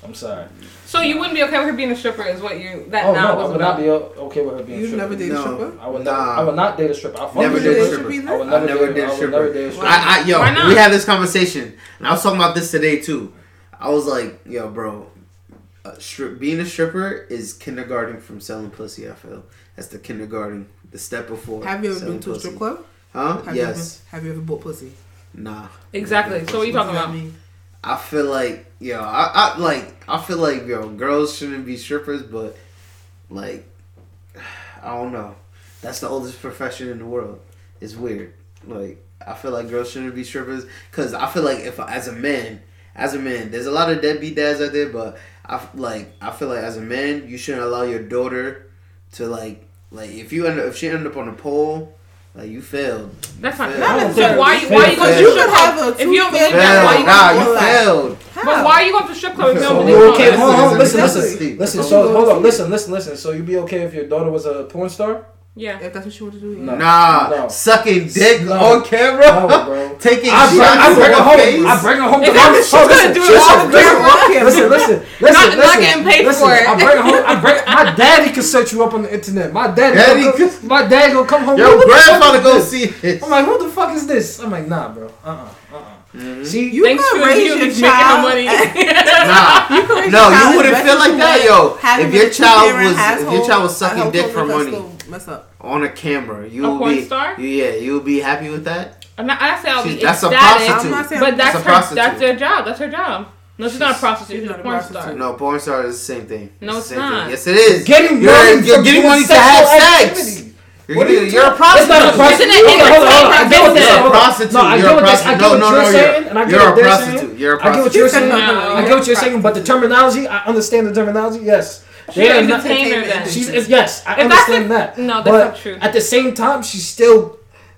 I'm sorry.
So you wouldn't be okay with her being a stripper, is what you that
oh
now
no, I
was
would not
about.
be o- okay with her being. a
You
stripper.
never did a
No.
stripper.
I would
Nah.
not. I would not date a stripper. I fuck
Never
with
did
you.
a
Did
stripper.
you
I would
stripper.
never,
I never
date,
did
I
a
would
stripper.
never date a stripper.
I, I, yo,
Why not?
we had this conversation, and I was talking about this today too. I was like, yo, bro, uh, stri- being a stripper is kindergarten from selling pussy. I feel that's the kindergarten, the step before.
Have you ever
selling
been to a
pussy.
strip club?
Huh?
Have
yes.
You ever, have you ever bought pussy?
Nah.
Exactly. So what you talking
You know
about?
what I mean?
I feel like yo, I, I like I feel like yo, girls shouldn't be strippers, but like I don't know. That's the oldest profession in the world. It's weird. Like I feel like girls shouldn't be strippers because I feel like if as a man, as a man, there's a lot of deadbeat dads out there, but I f- like I feel like as a man, you shouldn't allow your daughter to like like if you end up, if she end up on a pole, like you failed.
That's not.
Fail.
I
That
don't
is,
think
like, why?
it's
Why you going
fair.
to
You
strip
could
club?
have a
If you don't believe
two-fair
that, why you
Failed. Nah,
going? to
you
Like-
failed.
But why you going to strip club if you
So
don't
you
believe
okay?
that?
Hold on, hold on, listen,
Exactly.
listen, listen.
That's
So
all
hold
we
on,
do.
listen, listen, listen. So you'd be okay if your daughter was a porn star?
Yeah.
If that's what you want to do, yeah.
No.
Nah,
No.
sucking dick
No.
on camera,
No, bro.
taking
I bring, I
shots
bring
in
her home.
the face.
I bring her home.
If
to-
I'm
I'm-
just
oh,
gonna
listen,
do it
listen,
all the
listen,
time.
Listen, listen, listen,
Not- not
listen,
getting paid
listen,
for it.
I bring her home. I bring my daddy could set you up on the internet. My daddy,
Daddy
gonna come-
could-
my dad gonna come home.
Yo,
"What the fuck
grandfather
is
go
this?" Oh
see this.
I'm like, what the fuck is this? I'm like, nah, bro. Uh, uh-uh, uh,
Mm-hmm.
See,
You
Thanks
could
for
raise
you
your
making
child
the money.
Nah.
You could raise
No,
your
you
child as
wouldn't
best
feel
as
like
you
that,
would.
yo.
Having
If your
a
child
two-parent
was, if your
household,
child was
a
sucking
whole
dick for
culture that's
money
gonna Mess up.
on a camera, you
A
would
porn
be,
star?
you- yeah, you would be happy with that.
I'm not. I say I'll be
She's- that's a
ecstatic,
prostitute.
I'm not saying-
but
That's
that's
a
her. That's
prostitute.
their job. That's her job. No, she's not a prostitute.
she's
She's a
not a
porn
prostitute.
star.
No, porn star is the same thing.
No,
the
it's
same
not.
Thing. Yes, it is.
getting
You're-
money,
you're
for
getting
doing
money to have
sexual
sex.
activity.
You're,
What are
getting-
you
you're a
That's
prostitute.
not a prostitute.
Isn't it
Hold on, hold on, I get what
entertainment?
they're
You're
saying.
a prostitute.
No, I
you're
get
a
what
prostitute.
this- I get
no,
what
no,
you're
no,
saying,
you're,
and I get
you're
what
a
they're
prostitute.
saying.
You're a
I get what
prostitute.
you're
You're
saying.
saying
no.
I get what you're saying, but the terminology, I understand the terminology. Yes,
She's
They are
an
not-
entertainer
entertainment.
then.
She's-
She's it's, yes, I
If that's
understand
the-
that.
no, that's
but
not true.
At the same time, she's still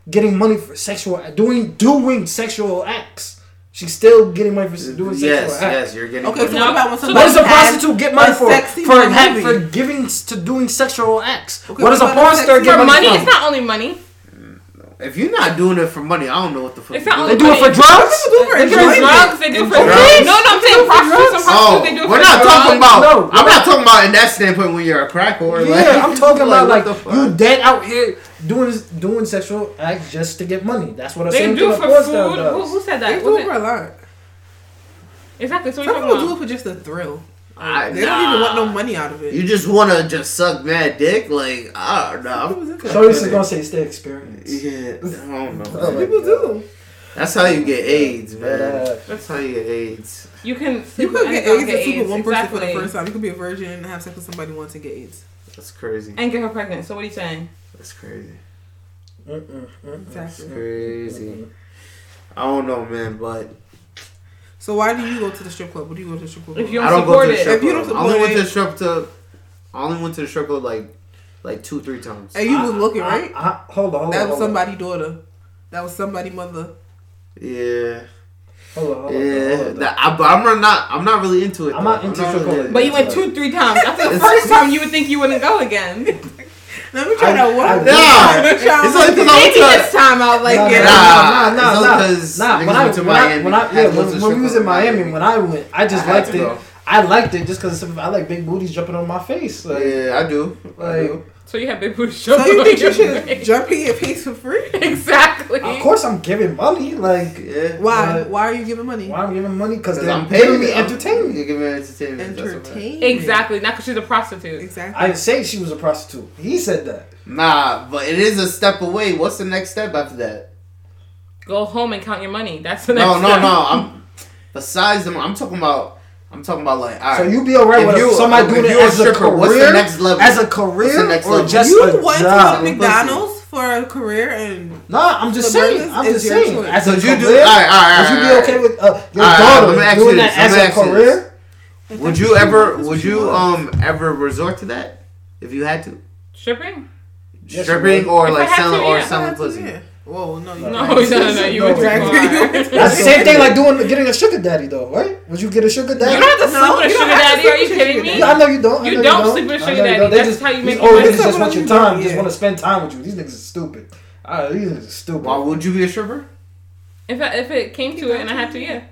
getting money for sexual doing doing sexual acts. She's still getting money for doing sexual
Yes,
acts.
yes, you're getting.
Okay, so
No.
what about when
So
somebody
What does a
had
prostitute get money
a
for?
sexy
For
movie?
ha- for giving s- to doing sexual acts.
Okay,
what does a
what about
porn
a
star
sexy-
get
For money,
money
it's
from?
not only money.
If you're not doing it for money, I don't know what the fuck.
It's
you're
not
They
doing.
do it for drugs.
People do it for
They do it
enjoyment.
for
Drugs, they do for
Drugs?
No, no, I'm saying prostitutes. Some
Oh,
prostitutes they do it
we're
for
not
drugs.
talking about.
No,
I'm
we're
not talking about in that standpoint when you're a crack whore. like-
Yeah, I'm talking
what
about like
the fuck?
you dead out here doing doing sexual acts just to get money. That's what a
They
same
do
thing
it
a
for
porn star
food. Who,
does.
who said
They
that?
do
Was
it for
it?
a lot.
Exactly. So we're
Some people do
talking
it for just the thrill.
I-
They don't even want no money out of it.
You just wanna just suck mad dick, like I don't
People
know.
do.
So this is gonna say it's the experience.
Yeah, I don't
Oh,
know.
like-
People do.
That's how you get AIDS,
But,
man.
uh,
That's how you get AIDS.
about. You can.
You
sleep with
could get
anyone,
AIDS if you with one person for the
exactly.
first time. You could be a virgin and have sex with somebody once and get AIDS.
That's crazy.
And get her pregnant. So what are you saying?
That's crazy.
Mm-mm, mm-mm.
That's
Exactly.
crazy. I don't know, man, but
So why do you go to the strip club? What do you go to the strip club?
If
for?
you
I don't go
support
to the
it.
strip
If you don't
club. I only
support
went to
it-
the strip to, I only went to the strip club like, like two, three times.
and you was looking
I-
right.
I- hold on, hold
That
on,
was
hold on,
somebody's daughty daughter. That was somebody's mother.
Yeah,
hold on, hold on, hold
yeah.
on.
That, I, but I'm not. I'm not really into it.
I'm
though.
not into strip club.
But you went two, three times. After the first time, you would think you wouldn't go again.
Let me try
I-
to
I-
what?
Nah,
Let me try
it's
to-
only 'cause I went
Maybe
to
this time I was like,
Nah,
yeah.
nah,
Nah,
nah, nah,
it's
nah,
only 'cause
nah.
niggas
When I
went to
when I
Miami,
when I
had
yeah,
to go to
when,
the
when we
strip
was
club
in
in Miami.
Miami, when I went, I just
I had
liked
to
it.
go.
I liked it just because I like big booties jumping on my face. Like,
Yeah, I do. I
Like-
do.
So you have big booty
So
shoulders.
you think you should jump in your face for free?
Exactly.
Of course, I'm giving money. Like,
Yeah.
Why?
But-
Why are you giving money?
why I'm giving money? Because
Because
they're
I'm
giving
paying
me
I'm-
entertainment.
You're giving me entertainment. that's what I'm saying.
Entertain.
Exactly. Not because she's a prostitute.
Exactly.
I didn't say she was a prostitute. He said that.
Nah, but it is a step away. What's the next step after that?
Go home and count your money. That's the next
No, no,
step.
no. I'm besides them. I'm talking about. I'm talking about like. All right.
So you be alright
If
with
you-
somebody
if
doing it
you're a
as a
stripper,
career,
what's the next level?
as a career,
the next
or
level?
just
you
a
went
job.
to the McDonald's for a career and
Nah, I'm just
So
saying.
business
I'm
is
just
your
saying.
choice.
As
So
a
you do.
career,
All right, all right, all
would you
right, all
be okay
right.
with uh, your
All right,
daughter
let me ask you
doing
this,
that
let
as
me
a
ask you
career?
Would you ever? Would you um ever resort to that if you had to?
Stripping?
Yes,
Stripping
you
or
If I
like
had
selling
to,
or
yeah.
selling
Yeah,
pussy.
yeah. Whoa, no, you
No,
can't.
no, no, no. You would
No.
do
Drag
it.
queen.
That's the same thing like doing getting a sugar daddy though, right? Would you get a sugar daddy?
You don't have to
No,
sleep with a
you
sugar
don't
daddy.
have to sleep
Are you
with a
kidding
sugar
me?
daddy.
Yeah, I know you don't. I
You
know
don't
you don't
sleep with a
I
sugar
know you
daddy.
don't. They
That's
just-
how you
these
make
old
money.
niggas
That's
just
what
want your
you
time.
do,
Just
yeah.
want to spend time with you. These niggas is stupid. Ah, these niggas is stupid.
Why would you be a stripper?
If, I, if it came to it and I had to, yeah.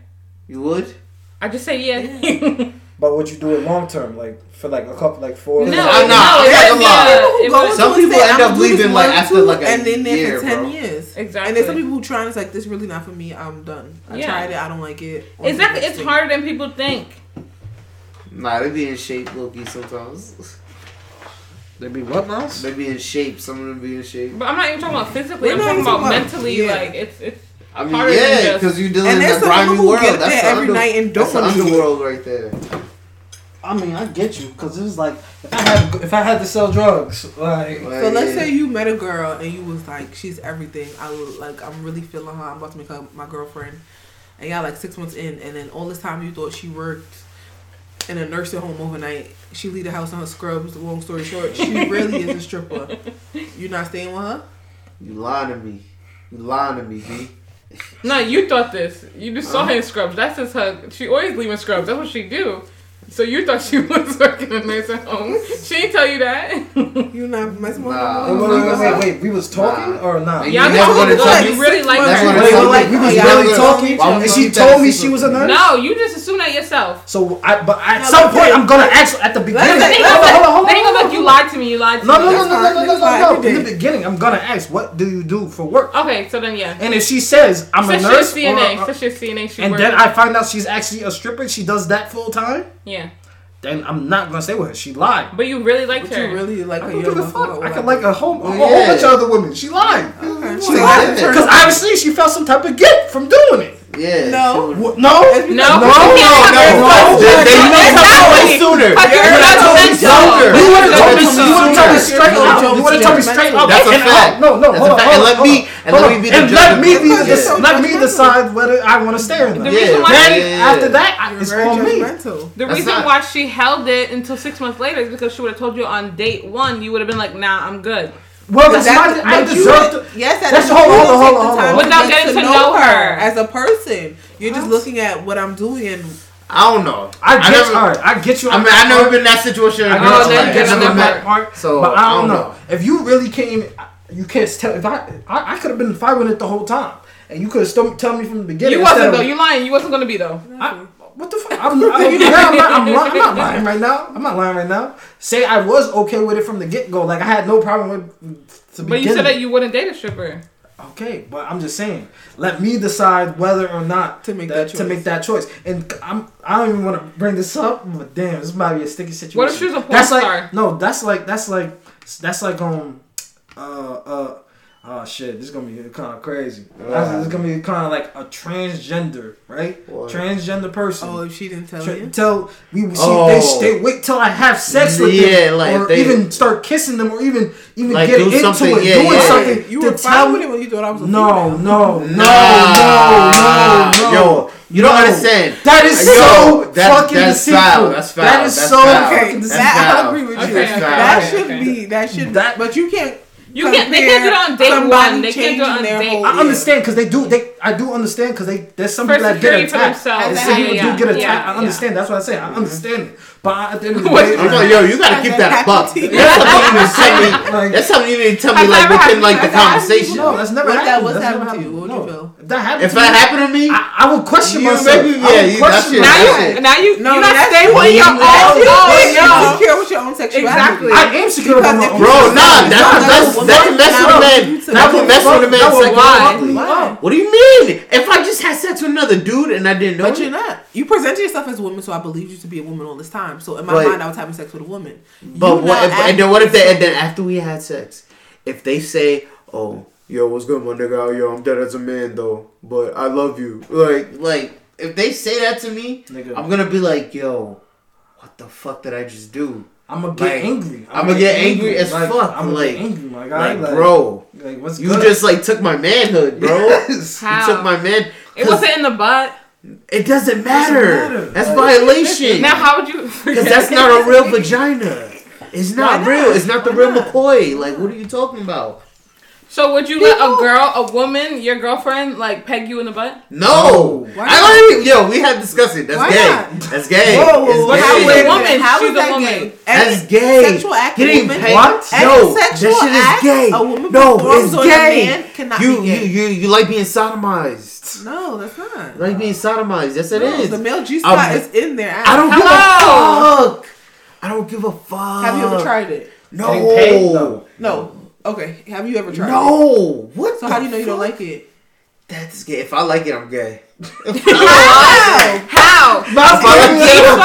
You would.
I just say yeah.
But would you do it long term, like for like a couple, like four?
No,
like,
I'm
no,
not- I'm
it was-
not gonna
People
it
go
was-
into
Some
a
people
state,
end up
I'm gonna do this
leaving, like,
one,
after,
two,
like, a
and
year,
then there for ten
bro.
years.
Exactly.
And there's some people who trying. It's like this really not for me. I'm done. I
Yeah.
tried it. I don't like it. On to the
Exactly.
next
It's
thing.
harder than people think.
Nah, they be in shape, Loki. Sometimes
They be what mouse?
they be in shape. Some of them be in shape.
But I'm not even talking about physically.
We're
I'm
not
talking
even
about
talking about-
mentally.
yeah.
Like it's it's
I mean,
Harder than
yeah,
just-
because you're dealing
And
in
there's
that
some people
grimy
who
world.
get
That's the
there every
under-
night and
that's
don't
the
do it.
underworld right there.
I mean, I get you, cause it was like if I had if I had to sell drugs, like
So let's say you met a girl and you was like, she's everything. I l- like, I'm really feeling her. I'm about to make her my girlfriend. and y'all like six months in, and then all this time you thought she worked in a nursing home overnight. She leave the house on her scrubs. Long story short, she really is a stripper. You're not staying with her.
You lying to me. You lying to me, B.
No, you thought this. You just
Uh-huh.
saw her in scrubs. That's just her. She always leaving scrubs. That's what she do. So you thought she was working in a nursing home. She didn't tell you that.
You're not messing with
Nah.
Wait,
her.
wait,
no
wait, wait,
more.
wait. We was talking
Nah.
or not?
You
Y'all
never
know
wanna
who
touch
you
me.
really like
That's
Wait,
what
her.
I'm
wait, wait, wait. We was
Yeah,
really
I
talking,
was gonna
and
keep
she
that
told me
secret.
she was a nurse.
No, you just assume that yourself.
So I, but I, at
No,
some
let's
point,
say-
I'm gonna actually at the beginning.
say-
They ain't
Hold on, hold on, hold
gonna
on,
be
hold on.
like you lied to me. You lied to
Oh. No, no,
me.
no, no, no, no, no,
That's
no,
fine.
no. In the beginning, I'm gonna ask, what do you do for work?
Okay, so then yeah.
And if she says I'm a
Since
nurse,
she's CNA,
or,
since she's CNA, she
and
worked.
then I find out she's actually a stripper, she does that full time,
yeah,
then I'm not gonna stay with her. She lied.
but you really liked
But
her.
you really like
I
her.
don't
you
give a
don't
fuck.
know
I
what
could
happened.
like a whole, a
Well,
whole
yeah.
bunch of other women. She lied.
Okay.
She
Why?
lied.
Because obviously she felt some type of guilt from doing it.
Yeah.
No.
sure.
Wha- No? No,
It's
No.
no,
No,
no.
They, they, you know something way sooner.
Fuck
You
your
would've
judgmental.
told me sooner.
You would have told me.
would've
You would have told me straight up. You would have told me straight up.
That's a
and
fact.
out. No, no.
That's a
hold on,
fact. And
hold on,
let me-
hold on,
and let
hold
me
on.
be the
And let
judge.
me be the
That's so
let me
judgmental.
decide whether I want to stay or not.
The reason why
Then
she-
yeah.
after that, I-
You're
it's
very
on me.
judgmental.
The
That's
reason
not-
why she held it until six months later is because she would have told you on date one, you would have been like, nah, I'm good.
Well, that's
Exactly.
my. I
But you-
deserve to.
Yes, that
That's-
is-
hold on,
you
hold on,
take the
hold on,
time
hold on.
Without
get
getting to know her.
as a person. You're just
Huh?
looking at what I'm doing. and
I don't know.
I get.
never,
all right, I get you.
I
on
mean,
that
I've never
part.
been in that situation.
I
in
get
my
Oh,
you
life.
then
on that-
you
I've
get
get
you
never
on
another
met-
that part.
So,
but I don't know.
know.
If you really came, you can't tell. If I, I, I could have been fighting it the whole time, and you could have still tell me from the beginning.
You
instead
wasn't
of-
though. You lying. You wasn't gonna be though.
I, what the fuck? I'm, I'm, you know, I'm, not, I'm, li- I'm not lying right now. I'm not lying right now. Say I was okay with it from the get go. Like I had no problem with. To
But you
begin
said
with.
that you wouldn't date a stripper.
Okay, but I'm just saying. Let me decide whether or not
To make that
to
choice.
make that choice. And c- I'm I don't even want to bring this up, but damn, this might be a sticky situation.
What if she was a porn
that's
star?
Like, no, that's like that's like that's like um uh uh oh shit, this is gonna be kind of crazy. That's, this is gonna be kind of like a transgender, right?
What?
Transgender person.
oh, if she didn't tell
Tr-
you,
Till we see
Oh.
they, they wait till I have sex with
Yeah,
them,
like,
or
they-
even start kissing them, or even even
Like,
get
do
into
something,
it,
yeah,
doing
yeah.
something
you
to
were
tell
fine with it when you thought I was a
no,
female.
no, no,
Nah.
no, no, no.
Yo, you don't understand.
That is
Yo,
so
that-
fucking
that's
deceitful.
foul, that's foul,
That is
that's
so
foul.
Okay,
fucking
That's
deceitful.
that
foul.
I agree with
Okay,
you.
okay,
that
okay,
should
okay.
be. That should.
That-
but you can't.
You can't- they can't do it on date
somebody
one. They can't do it on
changing their
date-
whole-
I understand because they do. They, I do understand because they. There's some
For
people that get
security for
attacked.
themselves.
There's some
Yeah,
people
yeah,
do get
yeah.
attacked. I
Yeah.
understand. That's what I say. I understand it. But at the end of the
What?
day,
I'm like, yo, you gotta
As
keep
a
that buck.
faculty.
That's something you didn't tell me.
Like-
That's something you didn't tell me,
I've
like
never had-
within like the
I've had
conversation.
people-
no, that's never
What if that
happened.
was
That's never
happened to you?
happened.
What would
No.
you feel?
If that happened
If
to
that
me,
happened to me,
I, I would question
You
myself.
maybe-
I
yeah,
would
you-
question
that shit-
Now
myself.
That's
you,
it.
now you, you're
No, no,
not
that's
staying with your own.
That's
Oh,
you being
no.
insecure with your own sexuality.
Exactly.
I am secure about my own.
bro, nah, that's
No,
what that's
no,
that's
no,
messing with a man.
no, no,
That's
no,
what messing with a
That
man's
would fuck
psychologically.
me up.
What do you mean? If I just had sex with another dude and I didn't know
But you're
it,
not. You presented yourself as a woman, so I believed you to be a woman all this time. So in my
But-
mind, I was having sex with a woman.
but
You
what?
not
If, and then what if they? And then after we had sex, if they say, "Oh, yo, what's good, my nigga? Yo, I'm dead as a man though, but I love you." Like, like if they say that to me,
Nigga.
I'm gonna be like, "Yo, what the fuck did I just do?"
I'm gonna get
Like,
angry.
I'ma get angry as fuck,
I'm gonna
like-
get angry, my guy.
Like, bro,
like what's
you
good?
just like took my manhood, bro.
Yes.
You took my man.
It wasn't in the butt.
It doesn't matter.
matter.
That's
Like-
violation.
Now how would you?
Because that's not a real vagina. It's not,
Why not?
real. It's not the
Why
real
not?
McCoy. Like, what are you talking about?
So would you let a girl, a woman, your girlfriend, like peg you in the butt?
No.
No.
Why
I don't even. Yo, we had discussed it. That's
Why
gay.
not?
That's gay.
Whoa,
It's
whoa,
gay.
whoa,
wait,
a
wait.
woman. How
She's
is
a
that
woman.
gay?
That's
Any
gay.
Sexual act.
Getting
a woman,
paid-
What?
Any
No, that
sexual
shit is
act
gay.
A woman
No,
performs
it's
on a
gay.
man cannot
You,
be
you
gay.
you you like being sodomized.
no, that's not.
You like being sodomized. Yes, it
No,
is.
The male G spot
I'm-
is in their ass.
I don't
Hello.
give a fuck. I don't give a fuck.
Have you ever tried it?
No.
Getting paid, though.
No. Okay. Have you ever tried it?
No. What?
So
the
how do you know you don't
fuck?
like it?
That's gay. If I like it, I'm gay.
How? How?
That's
That's
what I'm
what
saying.
I'm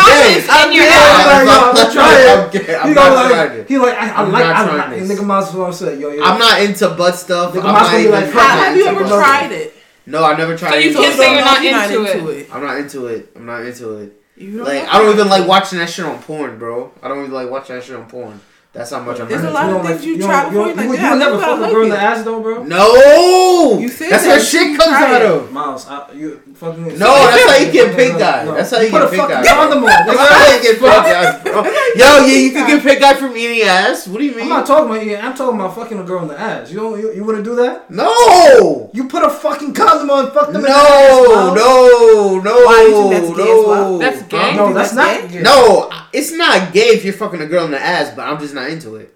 That's
I'm
in your
gay.
ass.
I'm
I'm like, yo,
not
I'm trying.
trying it. I'm
You
not
know,
trying
like
it.
he like I, I
I'm
like
not
I'm
trying
not.
this.
Nigga, might as well say yo yo.
I'm not into butt stuff.
Nigga,
I'm not
mine's gonna be
even
like,
fucking
How, have you
into
ever
butt stuff.
tried it?
No, I never tried.
So you
any
can't
butt
say
stuff.
you're not into it.
I'm not into it. I'm not into it.
You don't
Like
know.
I don't even like watching that shit on porn, bro. I don't even like watching that shit on porn. That's how much I'm.
There's
not
a lot
into
of things you try before
you
you're like,
would-
yeah,
you would
I
never
think I
fuck a
like
girl in
it.
the ass though,
it.
bro.
No,
You said
That's
that.
where shit comes
Try
out
it.
of.
Miles, I, you fucking.
No, that's how you get big eye. That's how you
put
get
a
big
fucking
eye.
condom on.
That's
That's-
how you get big eye, bro. Yo, yeah, you can get big eye from eating ass. What do you
I'm
mean?
not talking about you. I'm talking about fucking a girl in the ass. You don't. You, you wouldn't do that.
No!
You put a fucking condom on. Fuck them. in the ass,
No,
Miles.
no, no,
Why you think that's gay as well?
no.
That's gay.
No, that's not.
That's
gay.
No, it's not gay if you're fucking a girl in the ass, but I'm just not into it.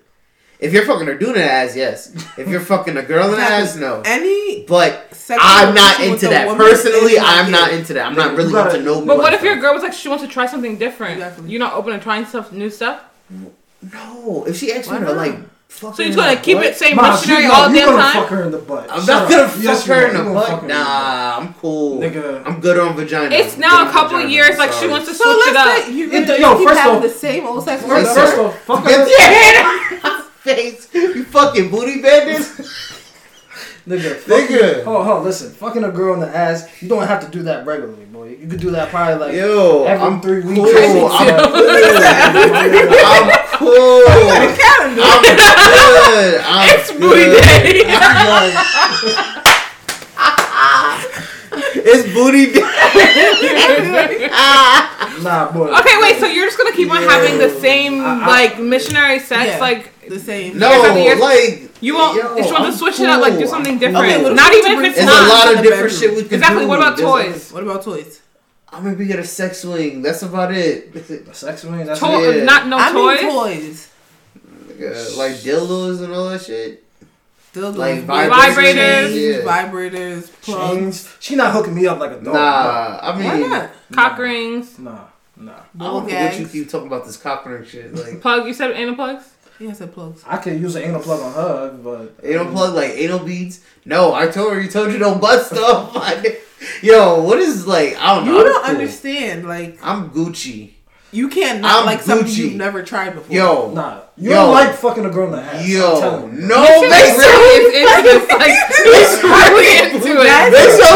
If you're fucking a dude in the ass, yes. If you're fucking a girl in the ass, no.
Any
But
sexual
I'm not
relation with
into
a
that.
woman
Personally,
is
I'm not
gay.
into that. I'm not
You
really
gotta-
into no
But what if
blood.
your girl was like she wants to try something different?
Exactly.
You're not open to trying stuff, new stuff.
No, if she asks
Why
me to
not?
like fuck
So
her
you're
in
gonna
the
keep
butt,
it same
Miles, you
missionary
know,
all
you
the damn
gonna
time.
fuck her in the butt.
I'm
Shut
not
up.
gonna fuck
Yes, you
her
are.
in
You
the
gonna
butt.
fuck her in the butt.
Nah, I'm cool.
Nigga.
I'm good on vagina.
It's
I'm
now
good
a
on
couple
vagina,
years. Like she
sorry.
wants to
So
switch it
let's
up.
say you
It-
really
yo,
keep
first
having
off-
the same old sex.
First,
relationship.
first off, fuck
Get
her.
your hand out of my face, you fucking booty bandit. Nigga.
Nigga, fucking, hold, hold, listen. Fucking a girl in the ass, you don't have to do that regularly, boy. You could do that probably like
Yo,
every
I'm
three weeks.
cool. I'm cool. I'm cool.
The calendar.
I'm good. I'm
It's booty
good.
day.
I'm good. It's booty day. Ah.
nah, boy.
Okay, wait. So you're just gonna keep on having the
Yeah.
same
I- I-
like missionary sex?
Yeah.
Like
The same.
no,
Every year-
like
you won't.
yo,
if she wants
I'm
to switch it up, like do
cool.
something
I'm
different.
cool.
Okay,
Not even if
There's
it's
There's
not.
a lot
In
of
the
different
bedroom.
shit we can
Exactly,
do.
what about
There's-
toys?
What about toys?
I'm gonna be at a sex swing. That's about it. uh,
A sex ring, that's
To-
Yeah.
Not no
I
toys.
mean toys.
like dildos and all that shit.
Dildos,
Like
vibrators,
vibrators.
chains,
Yeah.
vibrators, plugs.
Chains. She not hooking me up like a dog.
Nah, I mean,
Why not?
Cock rings.
Nah, nah.
I don't know what you
Bullgags.
keep talking about this coppering shit. Like
Plug. You said anal plugs.
Yeah, I said plugs.
I could use an anal plug on her, but
anal plug, like anal beads. No, I told her you told you don't butt stuff. Like, Yo, what is like? I don't
You
know. I'm
don't
cool.
understand. Like
I'm Gucci.
you can't not
I'm
like something
Gucci.
you've never tried before.
Yo,
Nah, you
Yo.
don't like fucking a girl in the ass. I'm
yo,
telling you.
no,
She
make
really
sure.
is into this, like she's really into it.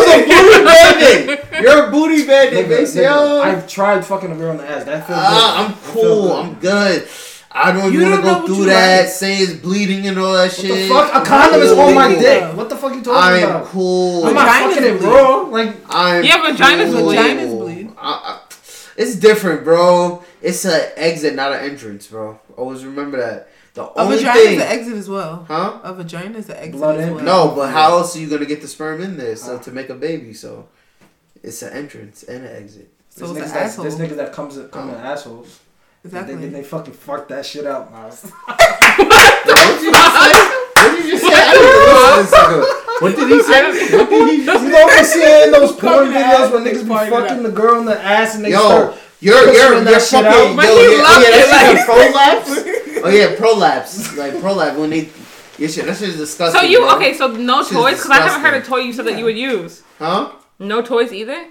Make a booty bandit. You're a booty bandit,
Nigga,
Mason.
nigga,
Yo,
I've tried fucking a girl in the ass. That feels
"Oh." Ah, I'm
good. That feels
cool.
good.
I'm good. I don't
You
even want
don't
to
know
go
what
through
you
that.
like.
Say it's bleeding and all that
What
shit.
the fuck? A condom is
I'm
on my
cool.
dick. What the fuck you talking
I'm
about?
cool.
I'm not
Vaginas
fucking it
bleed.
raw. Like
I'm
Yeah, vaginas
cool.
bleed. Vaginas bleed.
I, I, it's different, bro. It's an exit, not an entrance, bro. Always remember that. The
a
only
vagina
thing,
is an exit as well.
huh?
A vagina is an exit
Blood
as
in.
well.
No, but how else are you gonna get the sperm in there so
Ah.
to make a baby? So it's an entrance and an exit.
So
there's,
it's
niggas
an
that,
asshole. Oh.
there's niggas that comes come in assholes.
Exactly.
Then, then they fucking fuck that shit out. Miles.
What you just say? What did you just say? I didn't listen to this nigga. What did he say? What did he?
you know what I'm seeing those porn
Fucking
videos
ass,
where niggas
fucking
be fucking the girl in the ass and they
Yo,
start.
you're
pushing
you're
that
you're
shit out.
fucking.
But
yo,
he
yeah,
loved
oh, yeah,
it,
that shit's a prolapse. Oh yeah, prolapse. Like prolapse when they. Your shit. That shit is disgusting.
So you
bro.
okay? So no
She's
toys because I haven't heard a
disgusting.
toy you said that you would use.
Huh?
No toys either.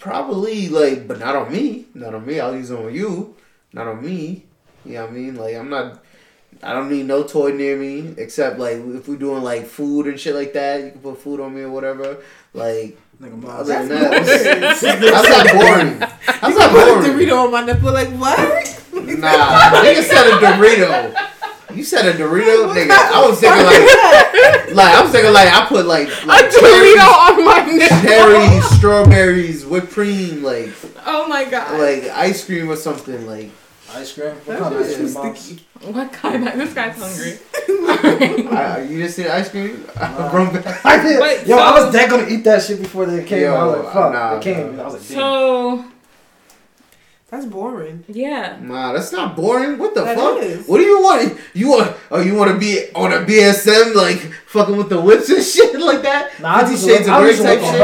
Probably like, but not on me. Not on me. I'll use it on you. Not on me. You know what I mean? Like I'm not. I don't need no toy near me except like if we're doing like food and shit like that. You can put food on me or whatever. Like
Nigga,
other
Miles.
than
That's
that, how's that boring? How's
I put a
that boring?
Dorito on my nipple. Like what?
Nah, nigga said a Dorito. You said a Dorito, nigga. I was thinking like,
What?
like I was thinking like I put like,
A
like
Dorito on my nipple.
cherries, strawberries, whipped cream, like
Oh my god.
like ice cream or something like.
Ice cream. What kind of
That
ice
shit
cream?
is
Miles?
What kind? Of, this guy's hungry.
I, you just see ice cream? I
Nah.
brought back.
I did.
Wait,
yo,
so-
I was dead gonna eat that shit before they came. I was
Yo,
like, fuck,
nah,
they came.
nah.
I was like, damn.
So
That's boring.
yeah.
Nah, that's not boring. What the
That
fuck?
is.
What do you want? You want? Oh, you want to be on a BSM like fucking with the whips and shit like that?
nah, I
Fifty
just
Shades
look-
of
I
Grey
just
type
look on
shit.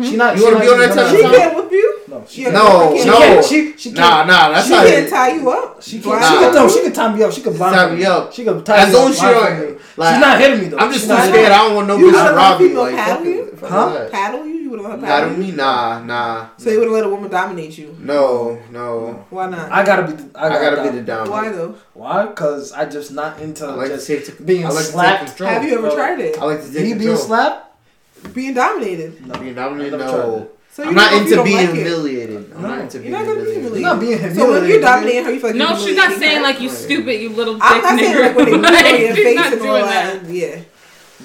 her. She not.
Mm-hmm. You wanna
she not
be on that
even
type
She
No.
none
can't whip you.
No, she
Yeah,
No,
she
She
no.
can't. She, she can't.
nah, nah, that's
She
not
can't
it.
tie you up.
She can,
Why?
she
Nah.
can no, she can tie me up. She can blind
Tie me up.
She can tie
As
me
long
up.
as
blindfold
you're-
me.
like,
She's not hitting me though.
I'm just too
She's not
Nah.
scared.
hitting me.
I don't want no
You
bitch
let
to rob me.
people
Like,
paddle
fuck
you?
it. Fuck
Huh?
that.
Paddle you? You would have
Not
paddle
on me. Nah, nah.
So you would have let a woman dominate you?
No, no.
Why not?
I gotta be. The, I
I
gotta,
gotta be the
die.
dom.
Why though?
Why? Cause I just not into
I like to
just
take.
being
I like
slapped.
To take control.
Have you ever
bro.
tried it?
I like to take
me being
control.
slapped.
Being dominated.
No,
Being dominated?
I've never tried
No.
that.
So
I'm
don't
not
know if
into
don't
being
like it.
humiliated. I'm not
No.
into
You're
being
not gonna be
I'm
humiliated.
not being humiliated.
So when you're dominating her, you feel like
No,
you're
she's not
humiliating
saying
her?
like you
Right.
stupid, you little dick
I'm not saying
nigga.
like when they put it on your
Like, she's
face
not
and all
doing that.
that. Yeah.